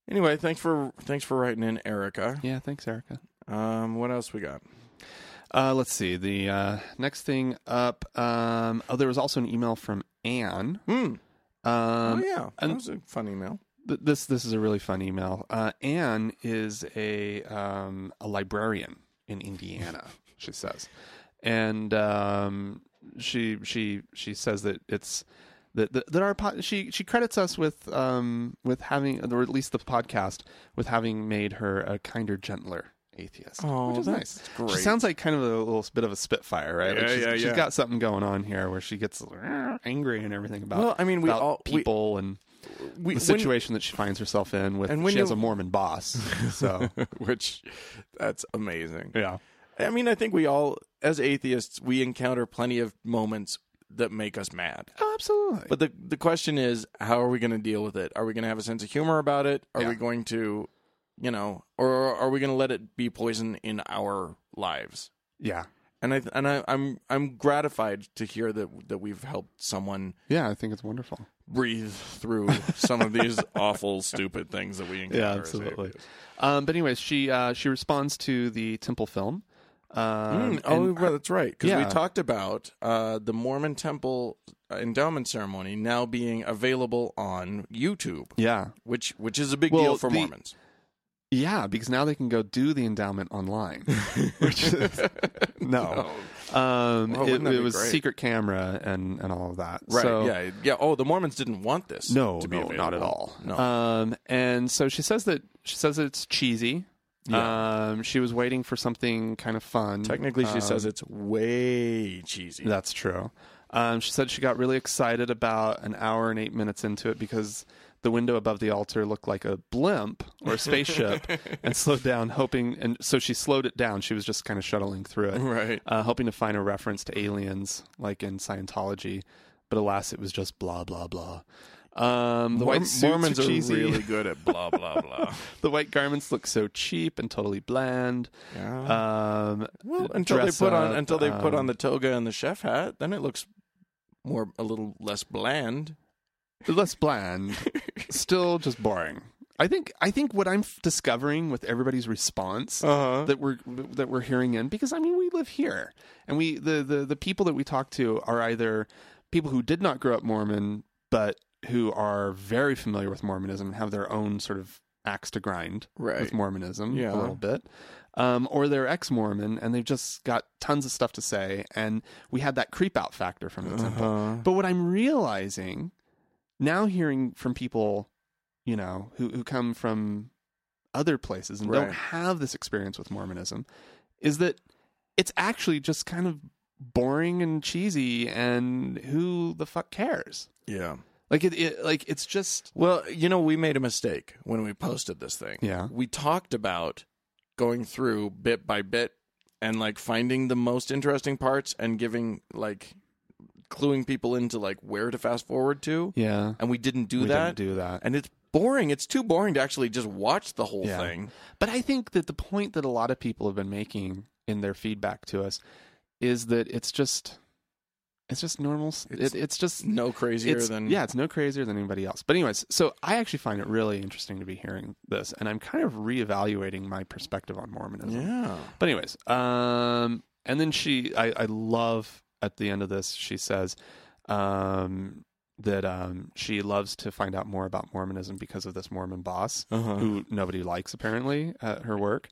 B: Anyway, thanks for thanks for writing in, Erica.
A: yeah. Thanks, Erica.
B: Um, what else we got?
A: Uh, let's see. The uh, next thing up. Um, oh, there was also an email from Anne.
B: Hmm.
A: Um,
B: oh yeah, that
A: and-
B: was a fun email.
A: th- this this is a really fun email. Uh, Anne is a um, a librarian in
B: <laughs>
A: Indiana. she says, and um, she she she says that it's. That, that, that our po- she she credits us with um with having or at least the podcast with having made her a kinder gentler atheist
B: Oh,
A: which is
B: that's
A: nice
B: great.
A: she sounds like kind of a little bit of a spitfire right
B: Yeah,
A: she's,
B: yeah,
A: she's
B: yeah.
A: got something going on here where she gets angry and everything about
B: Well, I mean, we
A: about
B: all- we-
A: people and
B: We,
A: the <laughs>
B: <laughs> when-
A: situation that she finds herself in with
B: And when
A: she has
B: you-
A: a Mormon boss.
B: <laughs>
A: So
B: which that's amazing.
A: yeah,
B: I mean, I think we all, as atheists, we encounter plenty of moments that make us mad.
A: oh, absolutely. But
B: But the the question is, how are we going to deal with it? Are we going to have a sense of humor about it? Are
A: Yeah.
B: we going to, you know, or are we going to let it be poison in our lives?
A: yeah,
B: And I and I, I'm I'm gratified to hear that that we've helped someone
A: yeah, I think it's wonderful.
B: breathe through some
A: <laughs>
B: of these awful, stupid things that we encounter. as atheists.
A: Um, but anyways, she uh, she responds to the temple film. Um,
B: Mm, oh,
A: and-
B: well, that's right. Because
A: yeah.
B: we talked about uh, the Mormon temple uh, endowment ceremony now being available on YouTube,
A: yeah.
B: which which is a big
A: Well,
B: deal for
A: the-
B: Mormons.
A: Yeah, because now they can go do the endowment
B: <laughs>
A: online. Which is, <laughs> no. Um,
B: Well,
A: it
B: wouldn't that
A: it
B: be
A: was
B: great?
A: secret camera and, and all of that.
B: Right.
A: So,
B: yeah. Yeah. Oh, the Mormons didn't want this.
A: No,
B: to be
A: no,
B: available.
A: not at all.
B: No.
A: Um, and so she says that she says it's cheesy. Um, she was waiting for something kind of fun.
B: Technically, she
A: Um,
B: says it's way cheesy.
A: That's true. Um, she said she got really excited about an hour and eight minutes into it because the window above the altar looked like a blimp or a
B: <laughs>
A: spaceship and slowed down, hoping. And so she slowed it down. She was just kind of shuttling through it,
B: Right.
A: Uh, hoping to find a reference to aliens, like in Scientology. But alas, it was just blah blah blah. Um, the
B: Mor-
A: white suits
B: Mormons
A: are,
B: are
A: cheesy.
B: really good at blah blah <laughs> blah.
A: <laughs> the white garments look so cheap and totally bland. Um,
B: well, until they
A: dress
B: put on
A: up,
B: until they put
A: um,
B: on the toga and the chef hat, then it looks more a little less bland.
A: less
B: <laughs>
A: bland, still just boring. I think I think what I'm f- discovering with everybody's response
B: Uh-huh.
A: that we're that we're hearing in because I mean we live here and we the, the the people that we talk to are either people who did not grow up Mormon but who are very familiar with Mormonism and have their own sort of axe to grind
B: Right.
A: with Mormonism
B: Yeah.
A: a little bit. Um, or they're ex Mormon and they've just got tons of stuff to say. And we had that creep out factor from the
B: Uh-huh.
A: temple. But what I'm realizing now, hearing from people, you know, who, who come from other places and don't
B: Right.
A: have this experience with Mormonism, is that it's actually just kind of boring and cheesy. And who the fuck cares?
B: Yeah.
A: Like it, it like it's just
B: Well, you know, we made a mistake when we posted this thing.
A: Yeah.
B: We talked about going through bit by bit and like finding the most interesting parts and giving like cluing people into like where to fast forward to.
A: yeah.
B: And we didn't do
A: we
B: that.
A: didn't do that.
B: and it's boring. It's too boring to actually just watch the whole
A: Yeah.
B: thing.
A: But I think that the point that a lot of people have been making in their feedback to us is that it's just it's just normal. s-
B: It's
A: it, it's just
B: No crazier
A: it's,
B: than
A: yeah, it's no crazier than anybody else. But anyways, so I actually find it really interesting to be hearing this, and I'm kind of reevaluating my perspective on Mormonism. <laughs>
B: yeah. <laughs>
A: But anyways, um, and then she, I, I love at the end of this, she says um, that um, she loves to find out more about Mormonism because of this Mormon boss who nobody likes apparently uh, her work,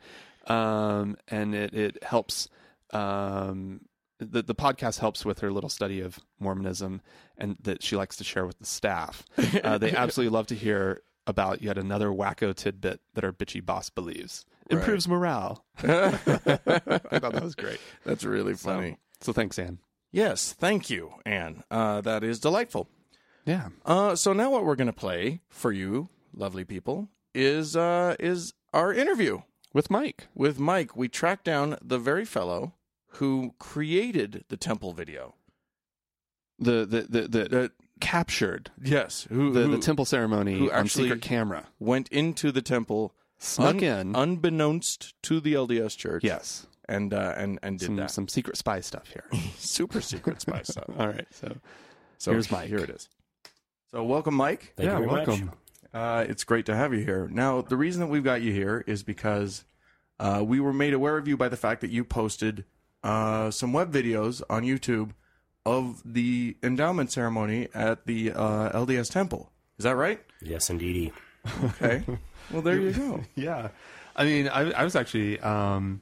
A: um, and it it helps. Um, the, the podcast helps with her little study of Mormonism and that she likes to share with the staff. Uh, they absolutely love to hear about yet another wacko tidbit that our bitchy boss believes. Improves morale. I thought that was great.
B: That's really funny.
A: <laughs> So thanks, Anne.
B: Yes, thank you, Anne. Uh, that is delightful.
A: Yeah.
B: Uh, so now what we're going to play for you, lovely people, is uh, is our interview
A: With Mike.
B: with Mike. We tracked down the very fellow who created the temple video.
A: The the the, the, captured
B: Yes, who,
A: the,
B: who
A: the temple ceremony
B: who
A: on
B: actually-
A: secret camera.
B: went into the temple,
A: Snuck
B: un-
A: in.
B: unbeknownst to the LDS Church.
A: yes.
B: and uh, and and did
A: Some
B: that
A: some secret spy stuff <laughs> here.
B: super secret spy stuff.
A: <laughs> All right. So
B: So
A: Here's Mike.
B: Here it is. So welcome, Mike.
E: Thank
A: yeah,
E: you very
A: welcome.
E: much.
B: Uh, it's great to have you here. Now, the reason that we've got you here is because uh, we were made aware of you by the fact that you posted uh, some web videos on YouTube of the endowment ceremony at the uh, LDS Temple. Is that right?
E: Yes, indeedy. <laughs>
B: Okay. well, there you go.
A: <laughs> Yeah, I mean, I, I was actually, um,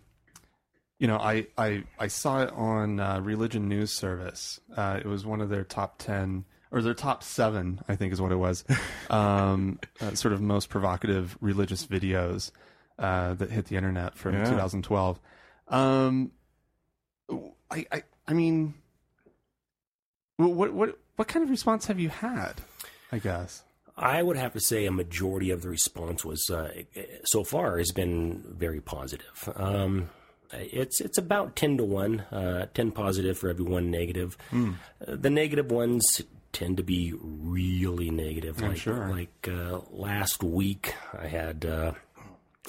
A: you know, I I, I saw it on uh, Religion News Service. Uh, it was one of their top ten or their top seven, I think, is what it was. <laughs> Um, uh, sort of most provocative religious videos uh, that hit the internet from 2012. Um, I, I I mean, wh- what what what kind of response have you had? I guess.
E: I would have to say a majority of the response was uh, so far has been very positive. Um, it's it's about ten to one, uh, ten positive for every one negative.
A: Hmm.
E: Uh, the negative ones tend to be really negative. like
A: sure.
E: like uh, last week, I had. Uh,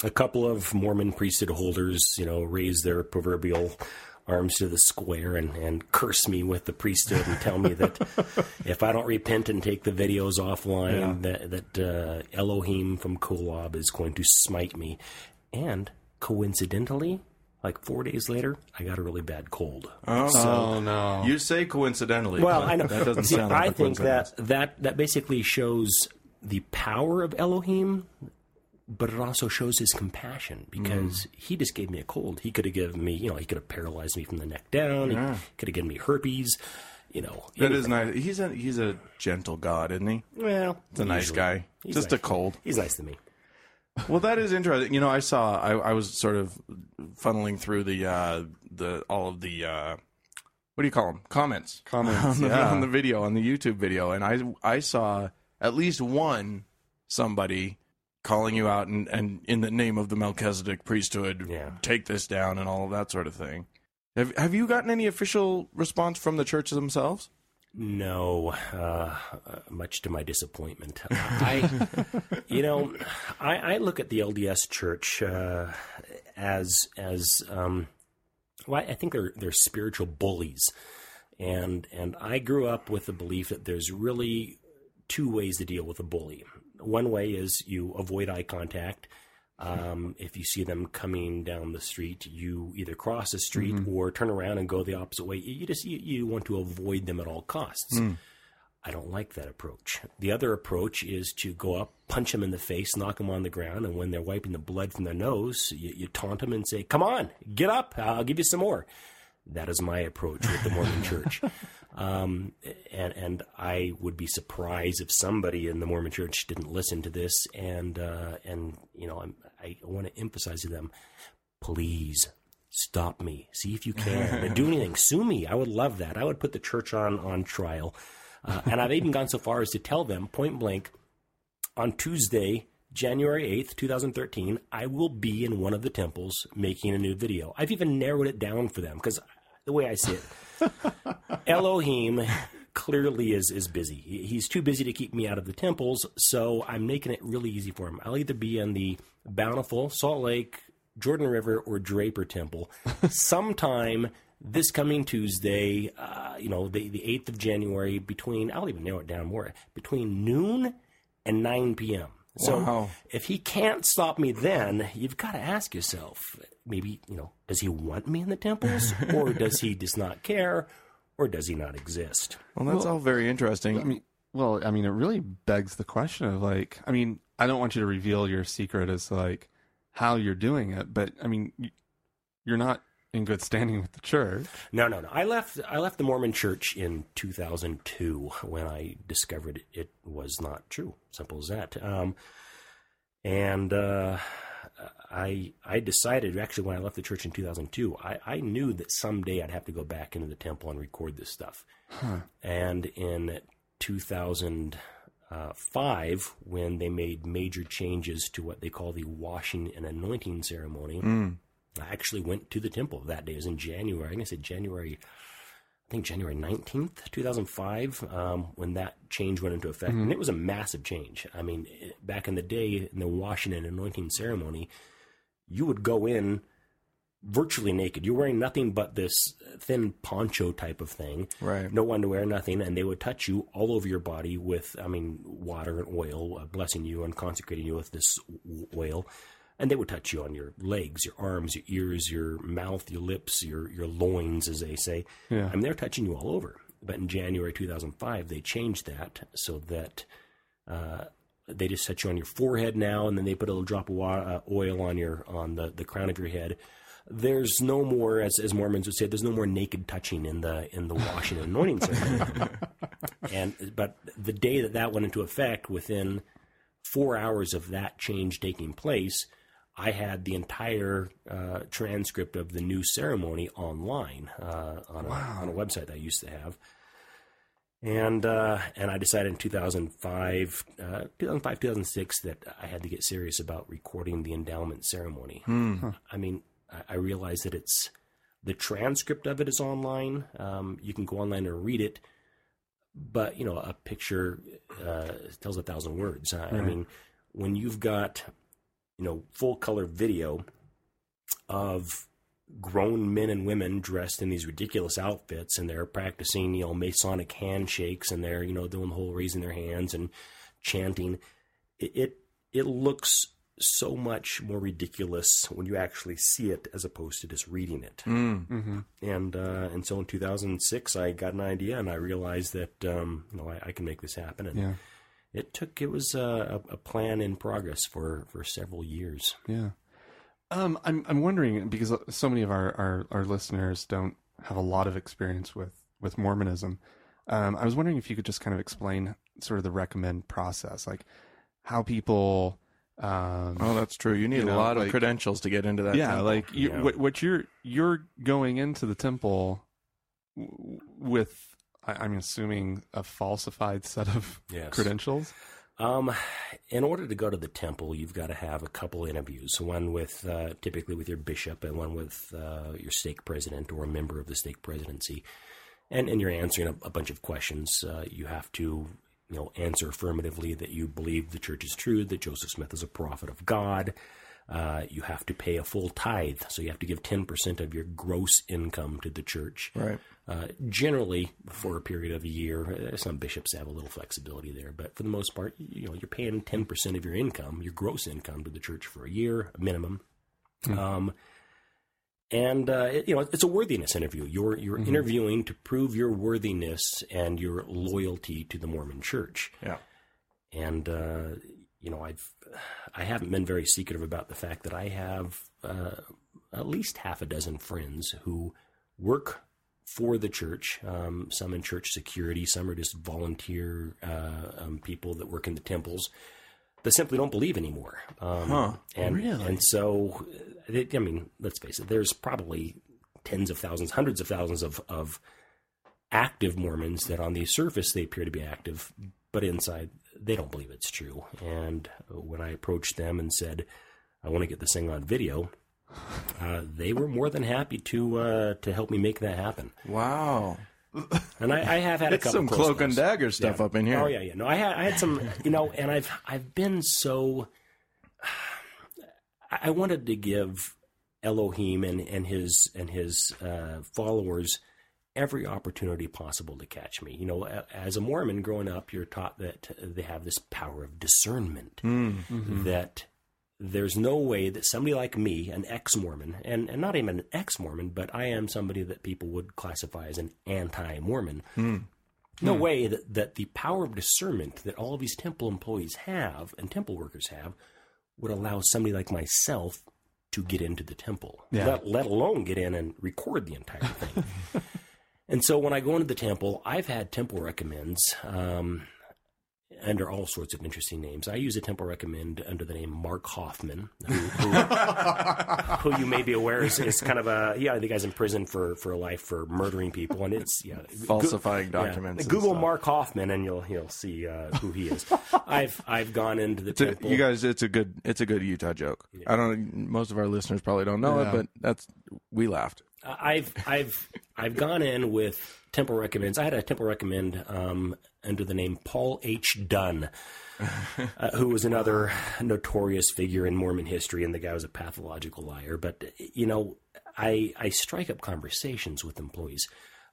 E: a couple of Mormon priesthood holders, you know, raise their proverbial arms to the square and, and curse me with the priesthood and tell me that if I don't repent and take the videos offline, that, that uh, Elohim from Kolob is going to smite me. And coincidentally, like four days later, I got a really bad cold.
A: Oh no!
B: You say coincidentally. <laughs>
E: Well, I know.
B: That doesn't
E: See,
B: sound like
E: I
B: a
E: think
B: coincidence.
E: that, that that basically shows the power of Elohim but it also shows his compassion
B: Mm.
E: because he just gave me a cold. He could have given me, you know, he could have paralyzed me from the neck down. He could have given me herpes. You know,
B: That is nice. He's a he's a gentle god, isn't he?
E: well,
B: He's a nice guy.
E: He's
B: Just
E: nice.
B: a cold.
E: He's nice to me.
B: Well, that is interesting. You know, I saw I, I was sort of funneling through the uh, the all of the uh, what do you call them comments
A: Comments,
B: <laughs> on the,
A: yeah.
B: on the video on the YouTube video, and I I saw at least one somebody calling you out and, and in the name of the Melchizedek priesthood,
E: Yeah.
B: take this down and all of that sort of thing. Have Have you gotten any official response from the churches themselves?
E: No, uh, much to my disappointment. I, you know, I, I look at the LDS Church uh, as as um, well. I think they're they're spiritual bullies, and and I grew up with the belief that there's really two ways to deal with a bully. One way is you avoid eye contact. Um, if you see them coming down the street, you either cross the street or turn around and go the opposite way. You you just you, you want to avoid them at all costs. I don't like that approach. The other approach is to go up, punch them in the face, knock them on the ground, and when they're wiping the blood from their nose, you, you taunt them and say, "Come on, get up! I'll give you some more." That is my approach with the Mormon Church, um, and and I would be surprised if somebody in the Mormon Church didn't listen to this. And uh, and you know, I'm, I want to emphasize to them, please stop me. See if you can. But do anything. Sue me. I would love that. I would put the church on on trial. Uh, and I've even gone so far as to tell them point blank on Tuesday, January 8th, 2013, I will be in one of the temples making a new video. I've even narrowed it down for them because the way I see it, Elohim clearly is is busy. He- He's too busy to keep me out of the temples, so I'm making it really easy for him. I'll either be in the Bountiful, Salt Lake, Jordan River, or Draper Temple sometime this coming Tuesday. Uh, you know, the the eighth of January between I'll even narrow it down more between noon and nine p.m. So
B: Wow.
E: if he can't stop me then, you've got to ask yourself maybe, you know, does he want me in the temples or does he just not care or does he not exist?
B: Well, that's all very interesting.
A: I mean, well, I mean, it really begs the question of like, I mean, I don't want you to reveal your secret as to, like how you're doing it, but I mean, y- you're not in good standing with the church.
E: No, no, no. I left I left the Mormon church in 2002 when I discovered it was not true. Simple as that. Um, and uh, I I decided actually when I left the church in 2002, I, I knew that someday I'd have to go back into the temple and record this stuff. And in 2005, when they made major changes to what they call the washing and anointing ceremony, I actually went to the temple that day. It was in January. I think I said January, I think January 19th, 2005, um, when that change went into effect. And it was a massive change. I mean, it, back in the day, in the washing and anointing ceremony, you would go in virtually naked. You're wearing nothing but this thin poncho type of thing.
B: Right.
E: No underwear, nothing. And they would touch you all over your body with, I mean, water and oil, uh, blessing you and consecrating you with this w- oil. And they would touch you on your legs, your arms, your ears, your mouth, your lips, your, your loins, as they say.
A: Yeah.
E: I mean, they're touching you all over. But in January 2005, they changed that so that uh, they just set you on your forehead now, and then they put a little drop of wa- uh, oil on your on the, the crown of your head. There's no more, as, as Mormons would say, there's no more naked touching in the in the washing and anointing ceremony. and but the day that that went into effect, within four hours of that change taking place, I had the entire uh, transcript of the new ceremony online uh, on, a, on a website that I used to have and uh, and I decided in 2005, uh, 2005, 2006 that I had to get serious about recording the endowment ceremony.
B: Hmm,
E: I mean, I, I realized that it's the transcript of it is online. Um, you can go online and read it, but you know, a picture uh, tells a thousand words. I, I mean, when you've got you know full color video of grown men and women dressed in these ridiculous outfits and they're practicing, you know, Masonic handshakes and they're, you know, doing the whole raising their hands and chanting. It it, it looks so much more ridiculous when you actually see it as opposed to just reading it.
B: hmm.
A: Hmm.
E: And uh, and so in 2006, I got an idea and I realized that um, you know I, I can make this happen. And
A: Yeah.
E: it took it was uh, a, a a plan in progress for for several years.
A: Yeah. Um, I'm I'm wondering because so many of our, our, our listeners don't have a lot of experience with with Mormonism. Um, I was wondering if you could just kind of explain sort of the recommend process, like how people. Um,
B: Oh, that's true. You need
A: You
B: a
A: know,
B: lot
A: like-
B: of credentials to get into that.
A: yeah,
B: temple.
A: like you,
E: Yeah.
A: What, what you're you're going into the temple w- with. I, I'm assuming a falsified set of
E: Yes.
A: credentials.
E: Um, in order to go to the temple, you've got to have a couple interviews. One with uh, typically with your bishop, and one with uh, your stake president or a member of the stake presidency. And and you're answering a, a bunch of questions. Uh, you have to you know answer affirmatively that you believe the church is true, that Joseph Smith is a prophet of God. Uh, you have to pay a full tithe, so you have to give ten percent of your gross income to the church
B: right.
E: uh, generally for a period of a year. uh, Some bishops have a little flexibility there, but for the most part, you know, you're paying 10% of your income, your gross income, to the church for a year minimum. Um, and uh, it- you know, it's a worthiness interview. You're you're interviewing to prove your worthiness and your loyalty to the Mormon Church
B: Yeah.
E: and uh, you know I've I haven't been very secretive about the fact that I have uh, at least half a dozen friends who work for the church. Um, some in church security, some are just volunteer uh, um, people that work in the temples that simply don't believe anymore. Um,
B: Huh,
E: and,
B: really?
E: And so, uh, it, I mean, let's face it. There's probably tens of thousands, hundreds of thousands of of active Mormons that on the surface they appear to be active, but inside they don't believe it's true. And when I approached them and said, I want to get this thing on video, uh, they were more than happy to uh, to help me make that happen.
B: Wow.
E: And I, I have had a
B: It's
E: couple
B: some
E: close
B: cloak and
E: calls.
B: dagger stuff up in here.
E: Oh yeah, yeah. No, I had I had some, you know, and I've I've been so. I I wanted to give Elohim and and his and his uh, followers every opportunity possible to catch me. You know, a- as a Mormon growing up, you're taught that they have this power of discernment
B: Hmm.
E: that there's no way that somebody like me, an ex Mormon, and, and not even an ex Mormon, but I am somebody that people would classify as an anti Mormon. No way that, that the power of discernment that all of these temple employees have and temple workers have would allow somebody like myself to get into the temple,
A: Yeah.
E: let, let alone get in and record the entire thing.
B: <laughs>
E: and so when I go into the temple, I've had temple recommends. Um, under all sorts of interesting names. I use a temple recommend under the name Mark Hoffman,
B: <laughs>
E: who, who, who you may be aware is, is kind of a yeah. The guy's in prison for for life for murdering people, and it's yeah
B: Falsifying
E: yeah.
B: documents. and
E: Google
B: stuff.
E: Mark Hoffman, and you'll you'll see uh, who he
B: <laughs>
E: is. I've I've gone into the
B: It's a-
E: temple.
B: you guys, it's a good, it's a good Utah joke. I don't. Most of our listeners probably don't know
A: Yeah.
B: it, but that's we laughed.
E: I've I've I've gone in with temple recommends. I had a temple recommend um, under the name Paul H. Dunn, uh, who was another notorious figure in Mormon history, and the guy was a pathological liar. But you know, I I strike up conversations with employees.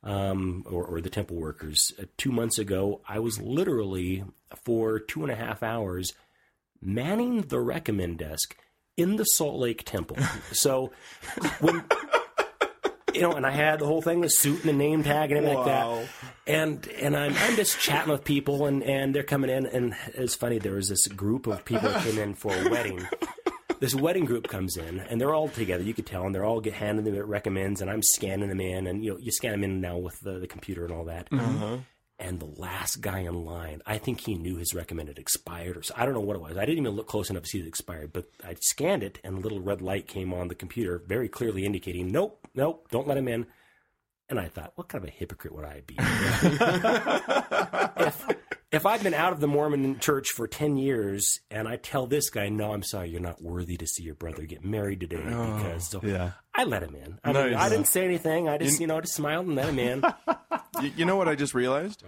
E: Um, or, or the temple workers. Uh, two months ago, I was literally for two and a half hours manning the recommend desk in the Salt Lake Temple. So when you know, and I had the whole thing, the suit and the name tag and everything like that. And and I'm I'm just chatting with people and, and they're coming in and it's funny, there was this group of people that came in for a wedding. This wedding group comes in and they're all together. You could tell, and they're all get handed them recommends, and I'm scanning them in, and you know, you scan them in now with the, the computer and all that and the last guy in line, I think he knew his recommended expired or so. I don't know what it was. I didn't even look close enough to see it expired, but I scanned it and a little red light came on the computer, very clearly indicating, nope, nope, don't let him in. And I thought, what kind of a hypocrite would I be? <laughs> if, if I've been out of the Mormon church for 10 years and I tell this guy, no, I'm sorry, you're not worthy to see your brother get married today because so
A: Yeah.
E: I let him in. I, mean,
B: Nice.
E: I didn't say anything. I just, you know, I just smiled and let him in.
B: You, you know what I just realized?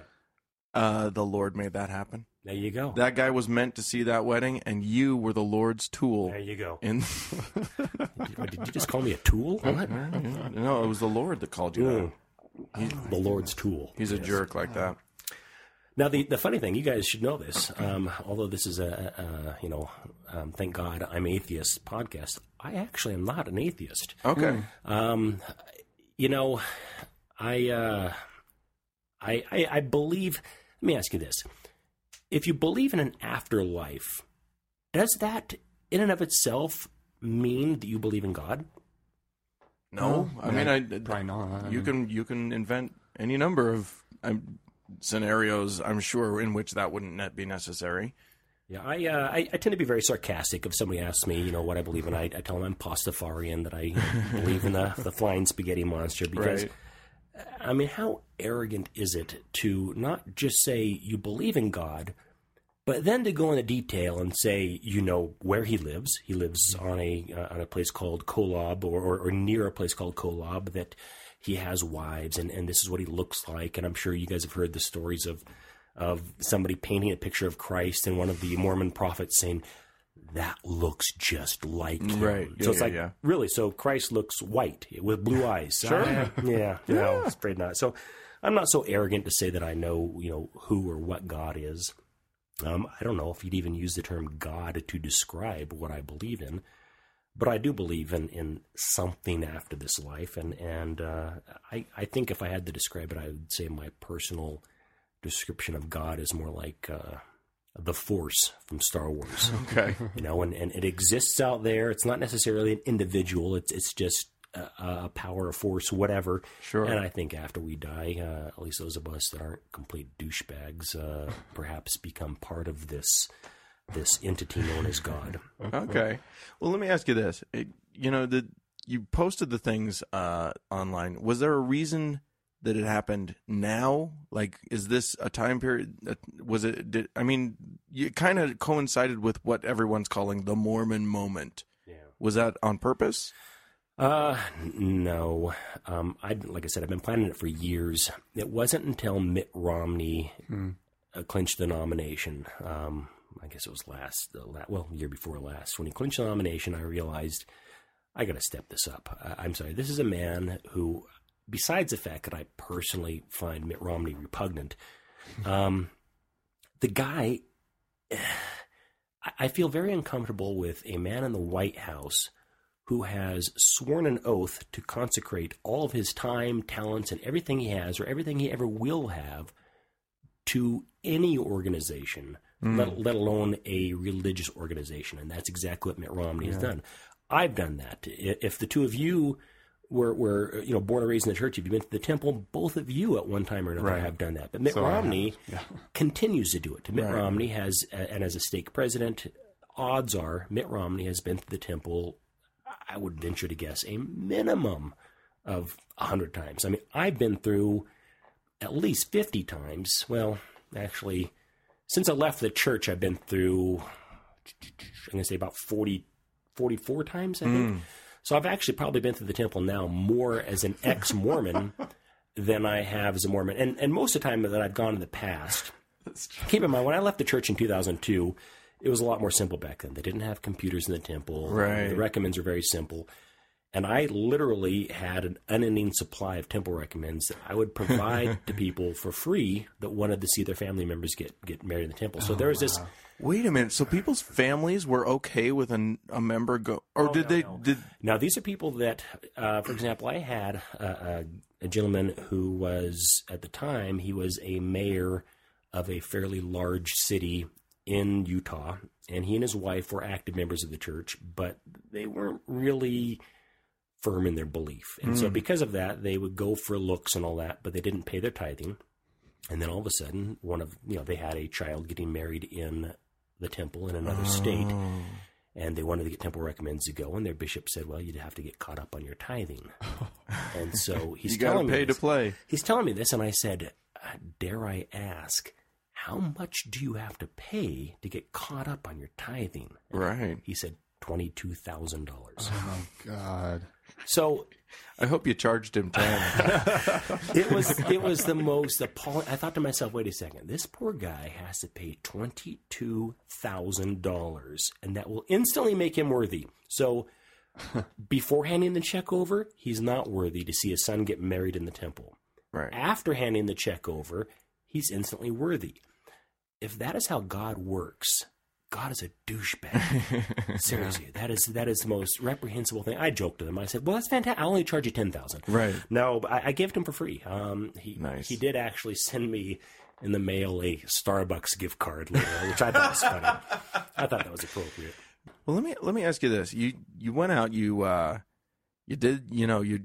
B: Uh, the Lord made that happen.
E: There you go.
B: That guy was meant to see that wedding, and you were the Lord's tool.
E: There you go.
B: In
E: What, did you just call me a tool? What?
B: <laughs> no, it was the Lord that called you.
E: Mm.
B: That.
E: the Lord's tool.
B: He's a jerk like that.
E: Now, the, the funny thing, you guys should know this. Um, although this is a, a you know, um, thank God I'm atheist podcast. I actually am not an atheist.
B: Okay.
E: Um, you know, I, uh, I I I believe. Let me ask you this: if you believe in an afterlife, does that in and of itself mean that you believe in God?
B: No,
A: No,
B: I mean, I
A: probably not. I
B: You
A: mean-
B: can you can invent any number of um, scenarios. I'm sure in which that wouldn't ne- be necessary.
E: Yeah, I, uh, I I tend to be very sarcastic. If somebody asks me, you know, what I believe in, I, I tell them I'm Pastafarian, that I you know, believe in the, the flying spaghetti monster. Because,
B: Right.
E: I mean, how arrogant is it to not just say you believe in God, but then to go into detail and say, you know, where he lives. He lives on a uh, on a place called Kolob, or, or or near a place called Kolob that he has wives, and and this is what he looks like. And I'm sure you guys have heard the stories of of somebody painting a picture of Christ and one of the Mormon prophets saying. That looks just like him.
B: Right.
E: So
B: Yeah,
E: it's
B: yeah,
E: like
B: yeah.
E: really. So Christ looks white with blue eyes. sure.
B: <laughs>
E: yeah. No, it's afraid not. So I'm not so arrogant to say that I know you know who or what God is. Um, I don't know if you'd even use the term God to describe what I believe in, but I do believe in, in something after this life, and and uh, I I think if I had to describe it, I would say my personal description of God is more like uh, the Force from Star Wars.
B: <laughs>
A: <laughs>
B: Okay.
E: you know, and, and it exists out there. It's not necessarily an individual. It's it's just a, a power, a force, whatever.
B: Sure.
E: And I think after we die, uh, at least those of us that aren't complete douchebags, uh, perhaps become part of this this entity known as
B: <laughs>
E: God.
B: okay. Well, let me ask you this. It, you know, the you posted the things uh, online. Was there a reason that it happened now? Like, is this a time period? That, was it? Did, I mean, it kind of coincided with what everyone's calling the Mormon moment.
E: Yeah.
B: Was that on purpose?
E: Uh, n- no. Um, I like I said, I've been planning it for years. It wasn't until Mitt Romney uh, clinched the nomination. Um, I guess it was last, the la- well, year before last, when he clinched the nomination. I realized I got to step this up. I- I'm sorry. This is a man who, besides the fact that I personally find Mitt Romney repugnant, um, the guy. <sighs> I- I feel very uncomfortable with a man in the White House who has sworn an oath to consecrate all of his time, talents, and everything he has or everything he ever will have to any organization,
A: Hmm.
E: let, let alone a religious organization. And that's exactly what Mitt Romney has done. I've done that. I- If the two of you were, were you know, born and raised in the church, if you've been to the temple, both of you at one time or another
A: Right.
E: have done that. But Mitt
A: So I have,
E: Romney
A: yeah.
E: continues to do it. Mitt
B: Right.
E: Romney has, uh, and as a stake president, odds are Mitt Romney has been to the temple, I would venture to guess, a minimum of 100 times. I mean, I've been through at least 50 times. Well, actually, since I left the church, I've been through, I'm going to say about 40, 44 times, I think. So I've actually probably been to the temple now more as an ex Mormon <laughs> than I have as a Mormon. And, and most of the time that I've gone in the past, keep in mind, when I left the church in 2002, it was a lot more simple back then. They didn't have computers in the temple.
B: Right.
E: The recommends are very simple. And I literally had an unending supply of temple recommends that I would provide to people for free that wanted to see their family members get, get married in the temple. So there was this
B: Wait a minute. So people's families were okay with an, a member go, or did they? Did
E: Now, these are people that, uh, for example, I had a, a, a gentleman who was, at the time, he was a mayor of a fairly large city in Utah, and he and his wife were active members of the church, but they weren't really firm in their belief. And so, because of that, they would go for looks and all that, but they didn't pay their tithing. And then all of a sudden, one of, you know, they had a child getting married in the temple in
B: Oh.
E: another state and they wanted to get temple recommends to go, and their bishop said, "Well, you'd have to get caught up on your tithing." and so he's
B: you got
E: telling
B: to
E: me
B: pay to
E: this.
B: play?
E: He's telling me this, and I said, uh, "Dare I ask, how much do you have to pay to get caught up on your tithing?"
B: Right.
E: He said, twenty-two thousand dollars.
A: Oh God.
E: So
B: I hope you charged him ten.
E: <laughs> it was it was the most appalling. I thought to myself, "Wait a second, this poor guy has to pay twenty-two thousand dollars, and that will instantly make him worthy." So. before handing the check over, he's not worthy to see his son get married in the temple.
B: right.
E: After handing the check over, he's instantly worthy. If that is how God works, God is a
B: <laughs>
E: douchebag. Seriously, that is that is the most reprehensible thing. I joked to them. I said, "Well, that's fantastic. I'll only charge you ten thousand.
B: Right.
E: No, but I, I gave it to him for free. Um, he
B: Nice.
E: he did actually send me in the mail a Starbucks gift card later, which I thought was funny.
B: <laughs>
E: I thought that was appropriate.
B: Well, let me let me ask you this: you you went out, you uh, you did, you know, you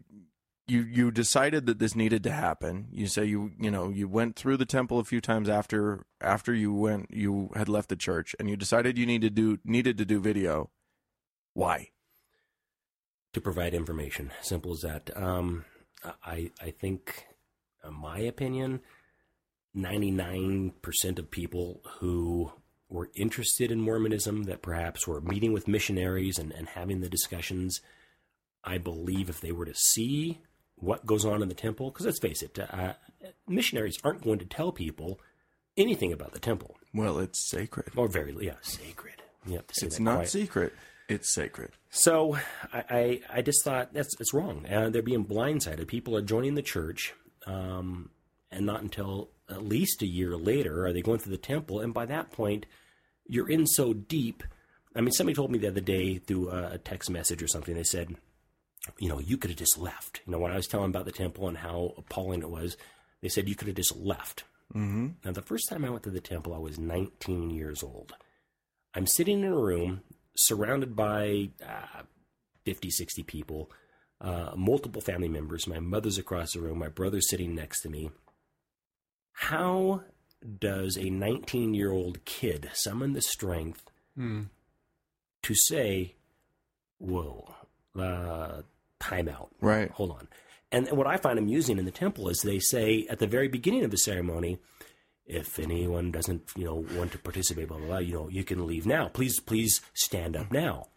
B: you you decided that this needed to happen. You say you you know you went through the temple a few times after after you went you had left the church, and you decided you needed to do needed to do video. Why?
E: to provide information. Simple as that. Um, I I think, in my opinion, ninety nine percent of people who were interested in Mormonism that perhaps were meeting with missionaries and, and having the discussions, I believe if they were to see what goes on in the temple, because let's face it, uh, missionaries aren't going to tell people anything about the temple,
B: Well, it's sacred.
E: or very yeah sacred. You have to say
B: It's
E: that
B: not
E: quiet.
B: secret. It's sacred.
E: So I, I, I just thought that's it's wrong. Uh, they're being blindsided. People are joining the church, um, and not until at least a year later are they going through the temple. And by that point, you're in so deep. I mean, somebody told me the other day through uh, a text message or something. They said, you know, you could have just left. You know, when I was telling about the temple and how appalling it was, they said you could have just left.
B: Mm-hmm.
E: Now, the first time I went to the temple, I was 19 years old. I'm sitting in a room surrounded by uh, 50, 60 people, uh, multiple family members. My mother's across the room, my brother's sitting next to me. How does a 19 year old kid summon the strength to say, whoa, uh, timeout?
B: Right.
E: Hold on. And what I find amusing in the temple is they say at the very beginning of the ceremony, if anyone doesn't, you know, want to participate, blah blah blah, you know, you can leave now. Please, please stand up now.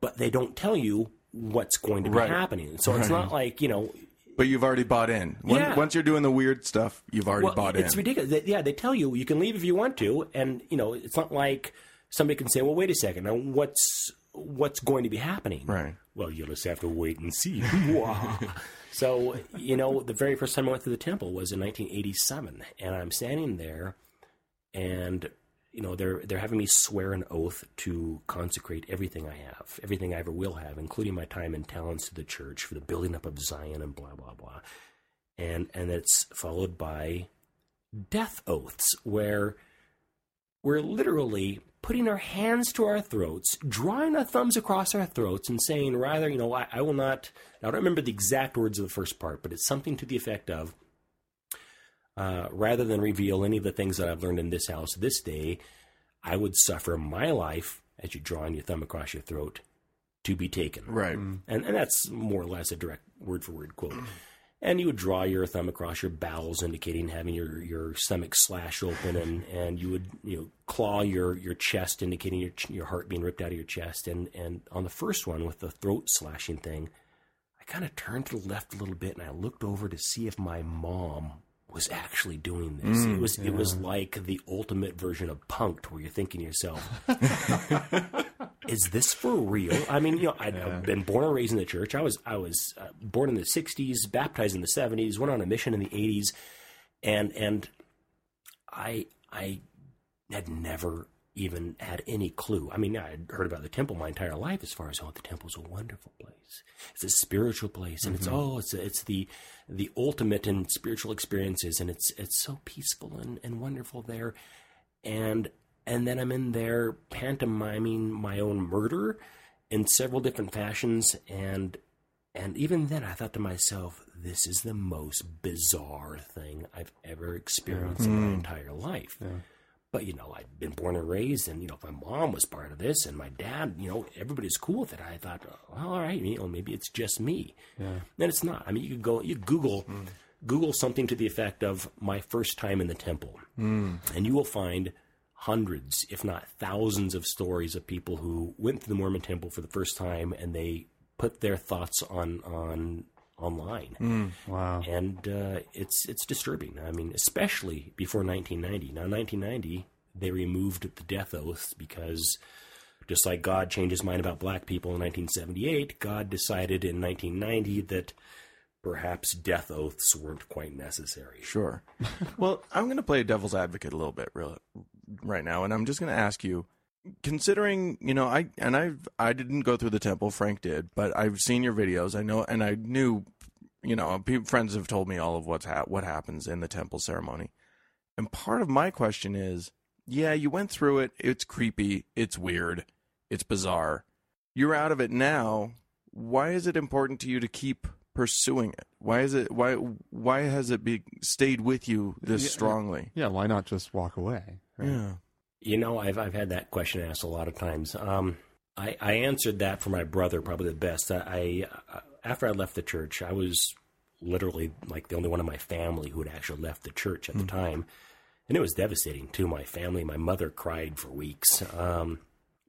E: But they don't tell you what's going to be
B: Right.
E: happening. So it's not like you know,
B: But you've already bought in. When,
E: Yeah.
B: Once you're doing the weird stuff, you've already
E: well,
B: bought in.
E: it's ridiculous. They- yeah, they tell you you can leave if you want to, and you know, it's not like somebody can say, well, wait a second, now what's what's going to be happening?
B: Right.
E: Well, you'll just have to wait and see. Wah. <laughs> so, you know, the very first time I went to the temple was in 1987, and I'm standing there, and you know, they're they're having me swear an oath to consecrate everything I have, everything I ever will have, including my time and talents to the church for the building up of Zion and blah blah blah, and and it's followed by death oaths where we're literally putting our hands to our throats, drawing our thumbs across our throats, and saying, rather, you know, I, I will not. I don't remember the exact words of the first part, but it's something to the effect of, uh, rather than reveal any of the things that I've learned in this house this day, I would suffer my life as you drawing your thumb across your throat to be taken
B: right.
E: and, and that's more or less a direct word for word quote. <clears throat> And you would draw your thumb across your bowels, indicating having your, your stomach slash open, and, and you would you know claw your, your chest, indicating your ch- your heart being ripped out of your chest. And and on the first one with the throat slashing thing, I kind of turned to the left a little bit, and I looked over to see if my mom was actually doing this. it was it was like the ultimate version of punked, where you're thinking to yourself, is this for real? I mean, you know, i have been born and raised in the church. I was I was uh, born in the '60s, baptized in the '70s, went on a mission in the '80s, and and I I had never even had any clue. I mean, I had heard about the temple my entire life, as far as oh, the temple's a wonderful place. It's a spiritual place, and it's oh, it's it's the the ultimate in spiritual experiences, and it's it's so peaceful and, and wonderful there, and and then I'm in there pantomiming my own murder in several different fashions, and and even then, I thought to myself, this is the most bizarre thing I've ever experienced in my entire life. But, you know, I'd been born and raised, and, you know, if my mom was part of this and my dad, you know, everybody's cool with it. I thought, well, all right, you know, maybe it's just me. Yeah. And it's not. I mean, you could go, you Google. Google something to the effect of my first time in the temple, and you will find hundreds, if not thousands, of stories of people who went to the Mormon temple for the first time and they put their thoughts on on online,
A: Wow.
E: and uh, it's it's disturbing. I mean, especially before 1990. Now, 1990, they removed the death oaths because. Just like God changed his mind about black people in 1978, God decided in 1990 that perhaps death oaths weren't quite necessary.
B: Sure. well, I'm going to play devil's advocate a little bit real, right now, and I'm just going to ask you, considering you know, I and I've I didn't go through the temple, Frank did, but I've seen your videos. I know, and I knew, you know, pe- friends have told me all of what's ha- what happens in the temple ceremony. And part of my question is yeah, you went through it. It's creepy. It's weird. It's bizarre. You're out of it now. Why is it important to you to keep pursuing it? Why is it why why has it be stayed with you this
A: Yeah.
B: strongly?
A: Yeah, why not just walk away? right?
B: Yeah.
E: You know, I've I've had that question asked a lot of times. Um, I I answered that for my brother probably the best. I, I uh, after I left the church, I was literally like the only one in my family who had actually left the church at the time, and it was devastating to my family. My mother cried for weeks. Um,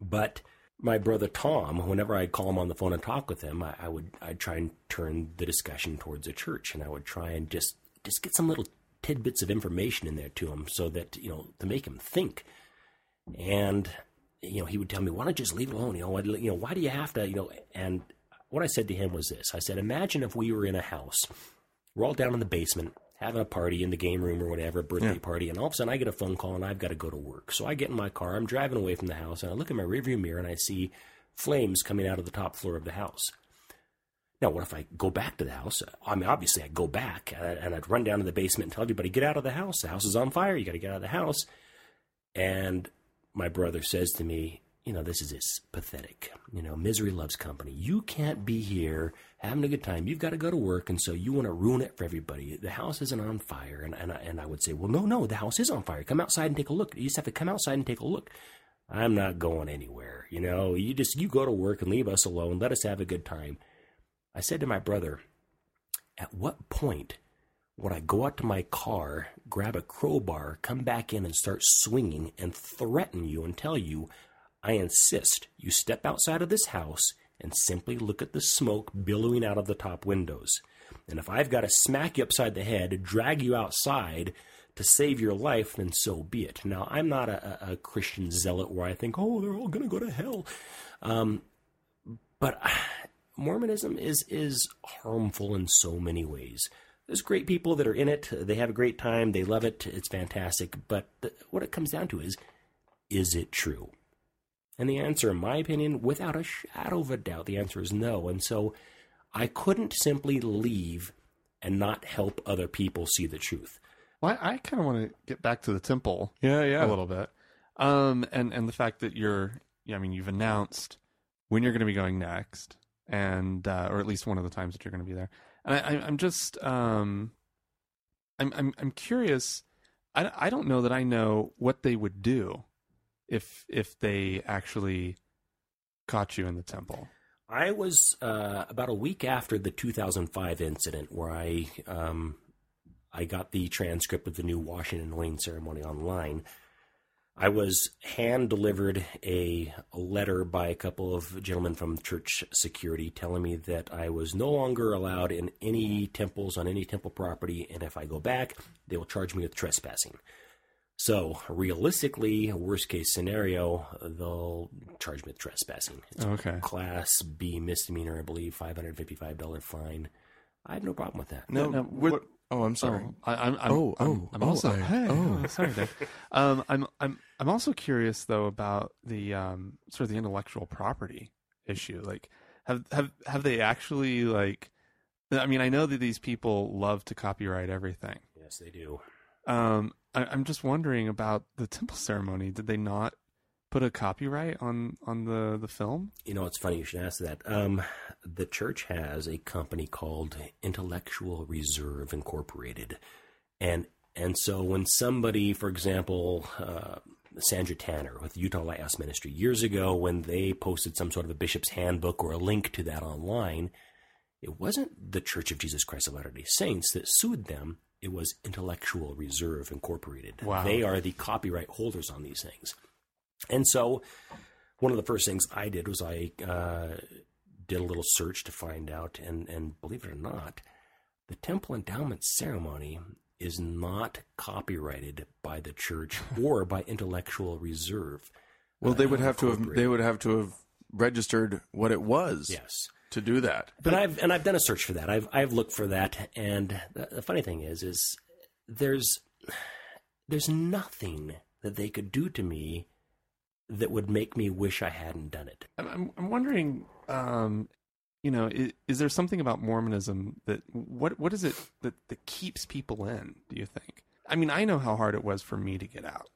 E: but my brother Tom, whenever I'd call him on the phone and talk with him, I, I would I'd try and turn the discussion towards a church, and I would try and just just get some little tidbits of information in there to him, so that you know to make him think and you know he would tell me why don't you just leave it alone you know, what, you know why do you have to you know and what i said to him was this i said imagine if we were in a house we're all down in the basement having a party in the game room or whatever birthday
B: Yeah.
E: party and all of a sudden i get a phone call and i've got to go to work so i get in my car i'm driving away from the house and i look in my rearview mirror and i see flames coming out of the top floor of the house now, what if I go back to the house? I mean, obviously, I'd go back and I'd, and I'd run down to the basement and tell everybody, get out of the house. The house is on fire. You got to get out of the house. And my brother says to me, you know, this is it's pathetic. You know, misery loves company. You can't be here having a good time. You've got to go to work, and so you want to ruin it for everybody. The house isn't on fire. And, and, I, and I would say, well, no, no, the house is on fire. Come outside and take a look. You just have to come outside and take a look. I'm not going anywhere. You know, you just, you go to work and leave us alone. Let us have a good time. I said to my brother, At what point would I go out to my car, grab a crowbar, come back in and start swinging and threaten you and tell you, I insist you step outside of this house and simply look at the smoke billowing out of the top windows. And if I've got to smack you upside the head, drag you outside to save your life, then so be it. Now, I'm not a, a- a Christian zealot where I think, oh, they're all going to go to hell. Um, but uh, Mormonism is is harmful in so many ways. There's great people that are in it. They have a great time. They love it. It's fantastic. But th- what it comes down to is, is it true? And the answer, in my opinion, without a shadow of a doubt, the answer is no. And so I couldn't simply leave and not help other people see the truth.
A: Well, I, I kind of want to get back to the temple
B: Yeah, yeah.
A: a little bit, um, and and the fact that you're, yeah, I mean, you've announced when you're going to be going next, and uh, or at least one of the times that you're going to be there, and I, I, I'm just, um, I'm I'm I'm curious. I I don't know that I know what they would do if if they actually caught you in the temple.
E: I was uh, about a week after the 2005 incident where I um, I got the transcript of the new Washington anointing ceremony online. I was hand delivered a, a letter by a couple of gentlemen from church security telling me that I was no longer allowed in any temples on any temple property, and if I go back, they will charge me with trespassing. So, realistically, worst case scenario, they'll charge me with trespassing. It's
A: Okay.
E: class B misdemeanor, I believe, five hundred fifty-five dollar fine. I have no problem with that.
B: No,
A: No, no,
B: we're-
A: what-
B: oh, I'm sorry.
A: Oh, I, I'm, I'm,
B: Oh,
A: I'm,
B: oh,
A: <laughs> I'm
B: oh,
A: also.
B: I-
A: hey,
B: oh.
A: oh, sorry, Dave. Um, I'm, I'm, I'm also curious though about the um, sort of the intellectual property issue. Like, have, have, have they actually like? I mean, I know that these people love to copyright everything.
E: Yes, they do.
A: Um, I, I'm just wondering about the temple ceremony. Did they not put a copyright on on the the film?
E: You know, it's funny you should ask that. Um, the church has a company called Intellectual Reserve Incorporated, and and so when somebody, for example, uh, Sandra Tanner with Utah Lighthouse Ministry years ago, when they posted some sort of a bishop's handbook or a link to that online, it wasn't the Church of Jesus Christ of Latter day Saints that sued them. It was Intellectual Reserve Incorporated.
A: Wow.
E: They are the copyright holders on these things. And so, one of the first things I did was I uh, did a little search to find out, and, and believe it or not, the temple endowment ceremony is not copyrighted by
B: <laughs>
E: the church or by intellectual reserve.
B: well,
E: uh,
B: they would have to have
E: incorporated.
B: they would have to have registered what it was
E: Yes.
B: to do that.
E: But I've and I've done a search for that. I've I've looked for that, and the, the funny thing is, is there's there's nothing that they could do to me that would make me wish I hadn't done it.
A: I'm- I'm, I'm wondering, um, you know, is, is there something about Mormonism that what what is it that, that keeps people in? Do you think? I mean, I know how hard it was for me to get out,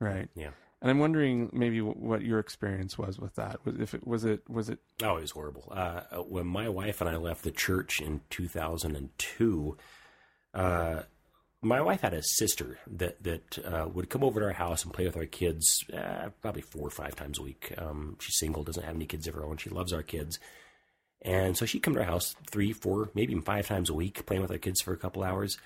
A: right?
E: Yeah.
A: And I'm wondering maybe w- what your experience was with that. Was if it was it was it
E: Oh, it was horrible. Uh, when my wife and I left the church in 2002, uh, my wife had a sister that that uh, would come over to our house and play with our kids uh, probably four or five times a week. Um, she's single, doesn't have any kids of her own. She loves our kids, and so she'd come to our house three, four, maybe even five times a week, playing with our kids for a couple hours.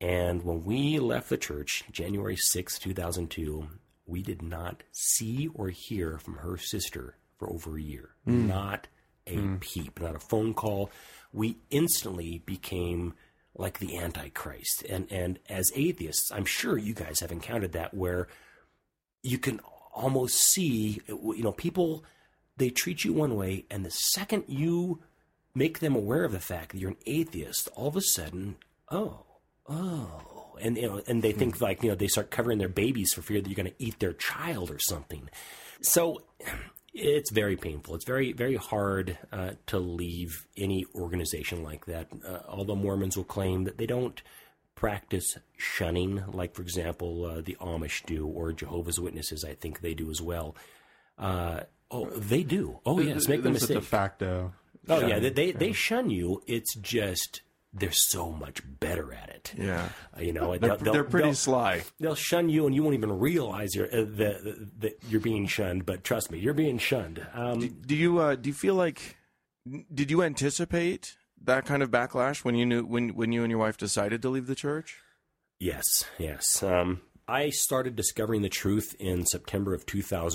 E: And when we left the church, January sixth, two 2002, we did not see or hear from her sister for over a year. Not a peep, not a phone call. We instantly became like the Antichrist. And, and as atheists, I'm sure you guys have encountered that where you can almost see, you know, people, they treat you one way, and the second you make them aware of the fact that you're an atheist, all of a sudden, oh, oh, and you know, and they
A: Hmm.
E: think like you know they start covering their babies for fear that you're going to eat their child or something. So it's very painful. It's very very hard uh, to leave any organization like that. Uh, although Mormons will claim that they don't practice shunning, like for example uh, the Amish do or Jehovah's Witnesses. I think they do as well. Uh, oh, they do. Oh yes, make the
A: there's a
E: mistake.
A: de facto?
E: Oh yeah, they they, they shun you. It's just they're so much better at it.
A: Yeah,
E: Uh, you know,
A: they're,
E: they'll, they'll-
A: they're pretty
E: they'll-
A: sly.
E: They'll shun you, and you won't even realize you're uh, that, that you're being shunned. But trust me, you're being shunned. Um,
B: Do you uh, do you feel like did you anticipate that kind of backlash when you knew when when you and your wife decided to leave the church?
E: yes, yes. Um, I started discovering the truth in September of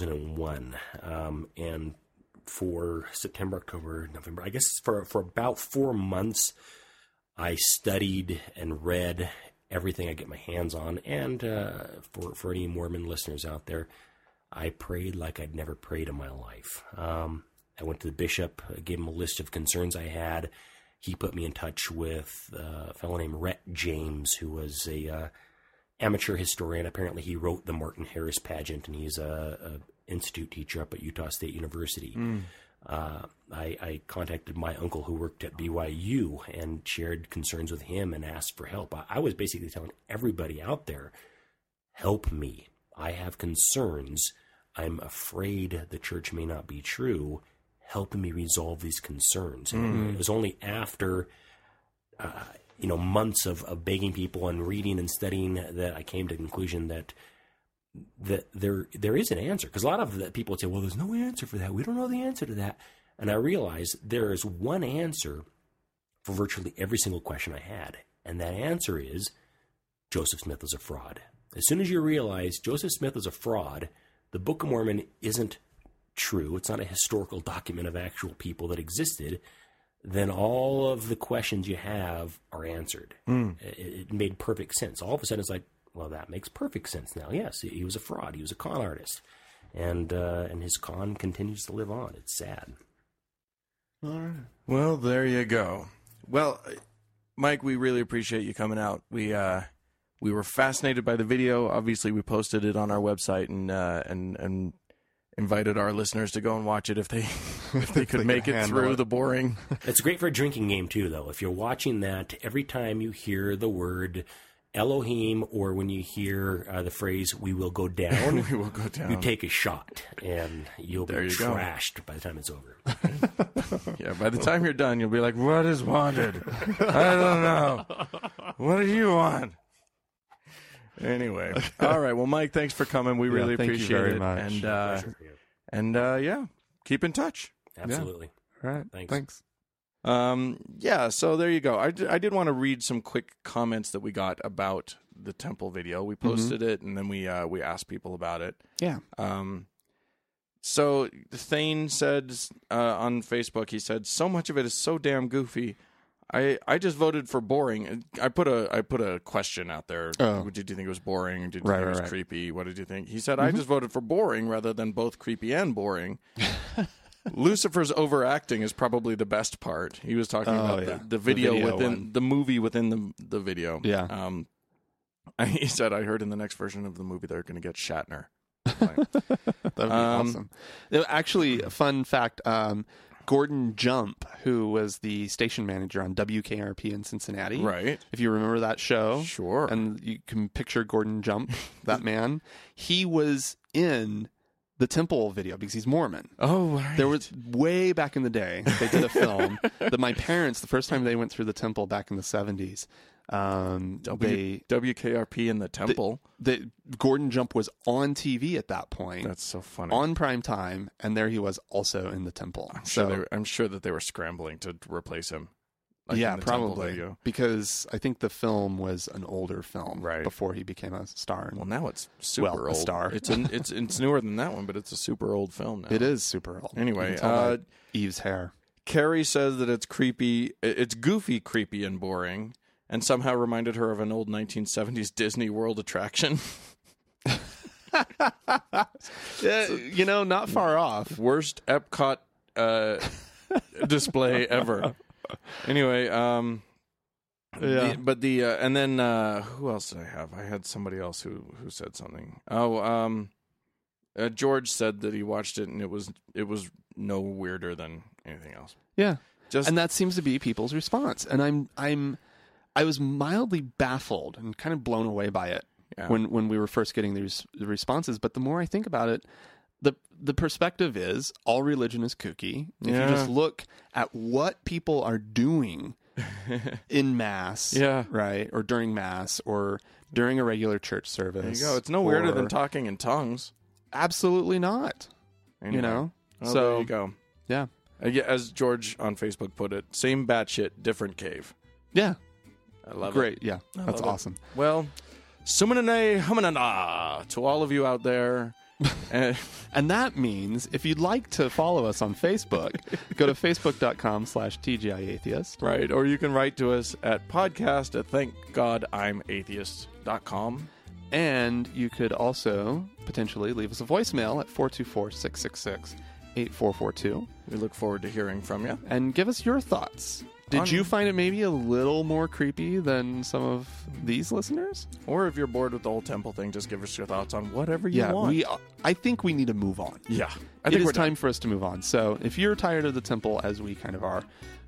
E: 2001, um, and for September, October, November, I guess for for about four months, I studied and read everything I get my hands on, and uh, for for any Mormon listeners out there, I prayed like I'd never prayed in my life. Um, I went to the bishop, I gave him a list of concerns I had. He put me in touch with uh, a fellow named Rhett James, who was a uh, amateur historian. Apparently, he wrote the Martin Harris pageant, and he's a, a institute teacher up at Utah State University. Uh, I, I contacted my uncle who worked at BYU and shared concerns with him and asked for help. I, I was basically telling everybody out there, help me. I have concerns. I'm afraid the church may not be true. Help me resolve these concerns. And It was only after, uh, you know, months of, of begging people and reading and studying that I came to the conclusion that that there there is an answer because a lot of the people would say, "Well, there's no answer for that. We don't know the answer to that." And I realized there is one answer for virtually every single question I had, and that answer is Joseph Smith is a fraud. As soon as you realize Joseph Smith is a fraud, the Book of Mormon isn't true. It's not a historical document of actual people that existed. Then all of the questions you have are answered. It, it made perfect sense. All of a sudden, it's like, well, that makes perfect sense now. Yes, he was a fraud. He was a con artist, and uh, and his con continues to live on. It's sad.
B: Well, there you go. Well, uh, Mike, we really appreciate you coming out. We uh, we were fascinated by the video. Obviously, we posted it on our website and uh, and and invited our listeners to go and watch it if they <laughs> if they could
A: could
B: make it
A: handle
B: through
A: it.
B: the boring.
E: It's great for a drinking game too, though. If you're watching that, every time you hear the word Elohim or when you hear uh, the phrase "We will go down,"
B: <laughs> we will go down.
E: you take a shot, and you'll
B: There
E: be
B: you go.
E: trashed by the time
B: <laughs>
E: it's over.
B: Yeah, by the time you're done, you'll be like, "What is wanted? I don't know. What do you want?" Anyway, all right. Well, Mike, thanks for coming. We
A: Yeah,
B: really
A: thank you
B: appreciate
A: very
B: it,
A: much.
B: and uh,
E: Pleasure. Yeah.
B: and uh, yeah, keep in touch.
E: Absolutely.
A: All right,
E: Thanks.
A: thanks.
B: Um, yeah, so there you go. I, d- I did want to read some quick comments that we got about the temple video. We posted it, and then we uh, we asked people about it.
A: Mm-hmm. Yeah,
B: Um, so Thane said uh, on Facebook, he said, "So much of it is so damn goofy. I I just voted for boring. I put a I put a question out there.
A: Oh.
B: Did you think it was boring? Did you
A: Right,
B: think it
A: right,
B: was
A: right. Mm-hmm.
B: creepy? What did you think?" He said, "I just voted for boring rather than both creepy and boring." Lucifer's overacting is probably the best part. He was talking
A: Oh,
B: about
A: yeah.
B: the, the
A: The
B: video
A: video
B: within
A: one.
B: the movie within the the video.
A: Yeah.
B: Um, <laughs> he said, "I heard in the next version of the movie they're going to get Shatner." Like,
A: that'd be
B: Um,
A: awesome. No, Actually, a fun fact: um, Gordon Jump, who was the station manager on WKRP in Cincinnati.
B: Right.
A: If you remember that show.
B: Sure.
A: And you can picture Gordon
B: <laughs>
A: Jump, that man. He was in the Temple video because he's Mormon.
B: Oh,
A: There was way back in the day, they
B: <laughs>
A: did a film that my parents, the first time they went through the temple back in the 70s, um, they,
B: WKRP in the temple.
A: the Gordon Jump was on TV at that point
B: That's so funny.
A: on prime time, and there he was also in the temple.
B: I'm sure they were- I'm sure that they were scrambling to replace him. like,
A: yeah,
B: in the Temple
A: probably
B: video.
A: because I think the film was an older film
B: Right.
A: before he became a star.
B: Well,
A: And
B: now it's super
A: Well, a
B: old.
A: star.
B: It's an, it's it's newer than that one, but it's a super old film now.
A: It is super old.
B: Anyway,
A: You can tell by
B: uh,
A: Eve's hair.
B: Carrie says that it's creepy, it's goofy, creepy, and boring, and somehow reminded her of an old 1970s Disney World attraction. <laughs>
A: you know, not far off.
B: Worst Epcot uh, display ever. Anyway, um,
A: Yeah.
B: the- but the uh, and then uh, who else did I have? I had somebody else who who said something. Oh, um, uh, George said that he watched it and it was it was no weirder than anything else.
A: Yeah,
B: Just
A: and that seems to be people's response. And I'm, I'm, I was mildly baffled and kind of blown away by it
B: Yeah.
A: when when we were first getting these the responses. But the more I think about it, the the perspective is all religion is kooky. If
B: Yeah.
A: you just look at what people are
B: <laughs>
A: doing in mass,
B: Yeah.
A: right, or during mass, or during a regular church service,
B: there you go. It's no weirder than
A: or-
B: talking in tongues.
A: absolutely not.
B: Anyway.
A: You know,
B: Oh,
A: so
B: there you go.
A: yeah,
B: Uh, yeah, As George on Facebook put it, same batshit, different cave.
A: yeah,
B: I love it.
A: great, yeah, that's
B: love it.
A: awesome.
B: Well, sumanane humanana to all of you
A: <laughs>
B: out there. and,
A: And that means if you'd like to follow us on Facebook,
B: <laughs>
A: go to facebook.com slash TGIAtheist.
B: right. Or you can write to us at podcast at thankgodimatheist.com.
A: And you could also potentially leave us a voicemail at 424 666 8442
B: We look forward to hearing from you.
A: and give us your thoughts. Did
B: On-
A: you find it maybe a little more creepy than some of these listeners?
B: Or if you're bored with the whole temple thing, just give us your thoughts on whatever you want.
A: we. I think we need to move on.
B: yeah. I
A: It
B: think
A: is
B: we're done.
A: time for us to move on. So if you're tired of the temple, as we kind of are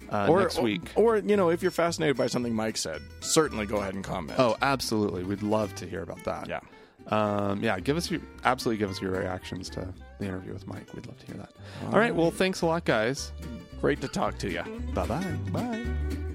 A: uh,
B: Or,
A: next week,
B: Or, you know, if you're fascinated by something Mike said, certainly go ahead and comment.
A: oh, absolutely, we'd love to hear about that.
B: yeah.
A: um, yeah, give us your absolutely give us your reactions to the interview with Mike. We'd love to hear that. All right. Well, thanks a lot, guys.
B: Great to talk to you.
A: Bye bye. Bye.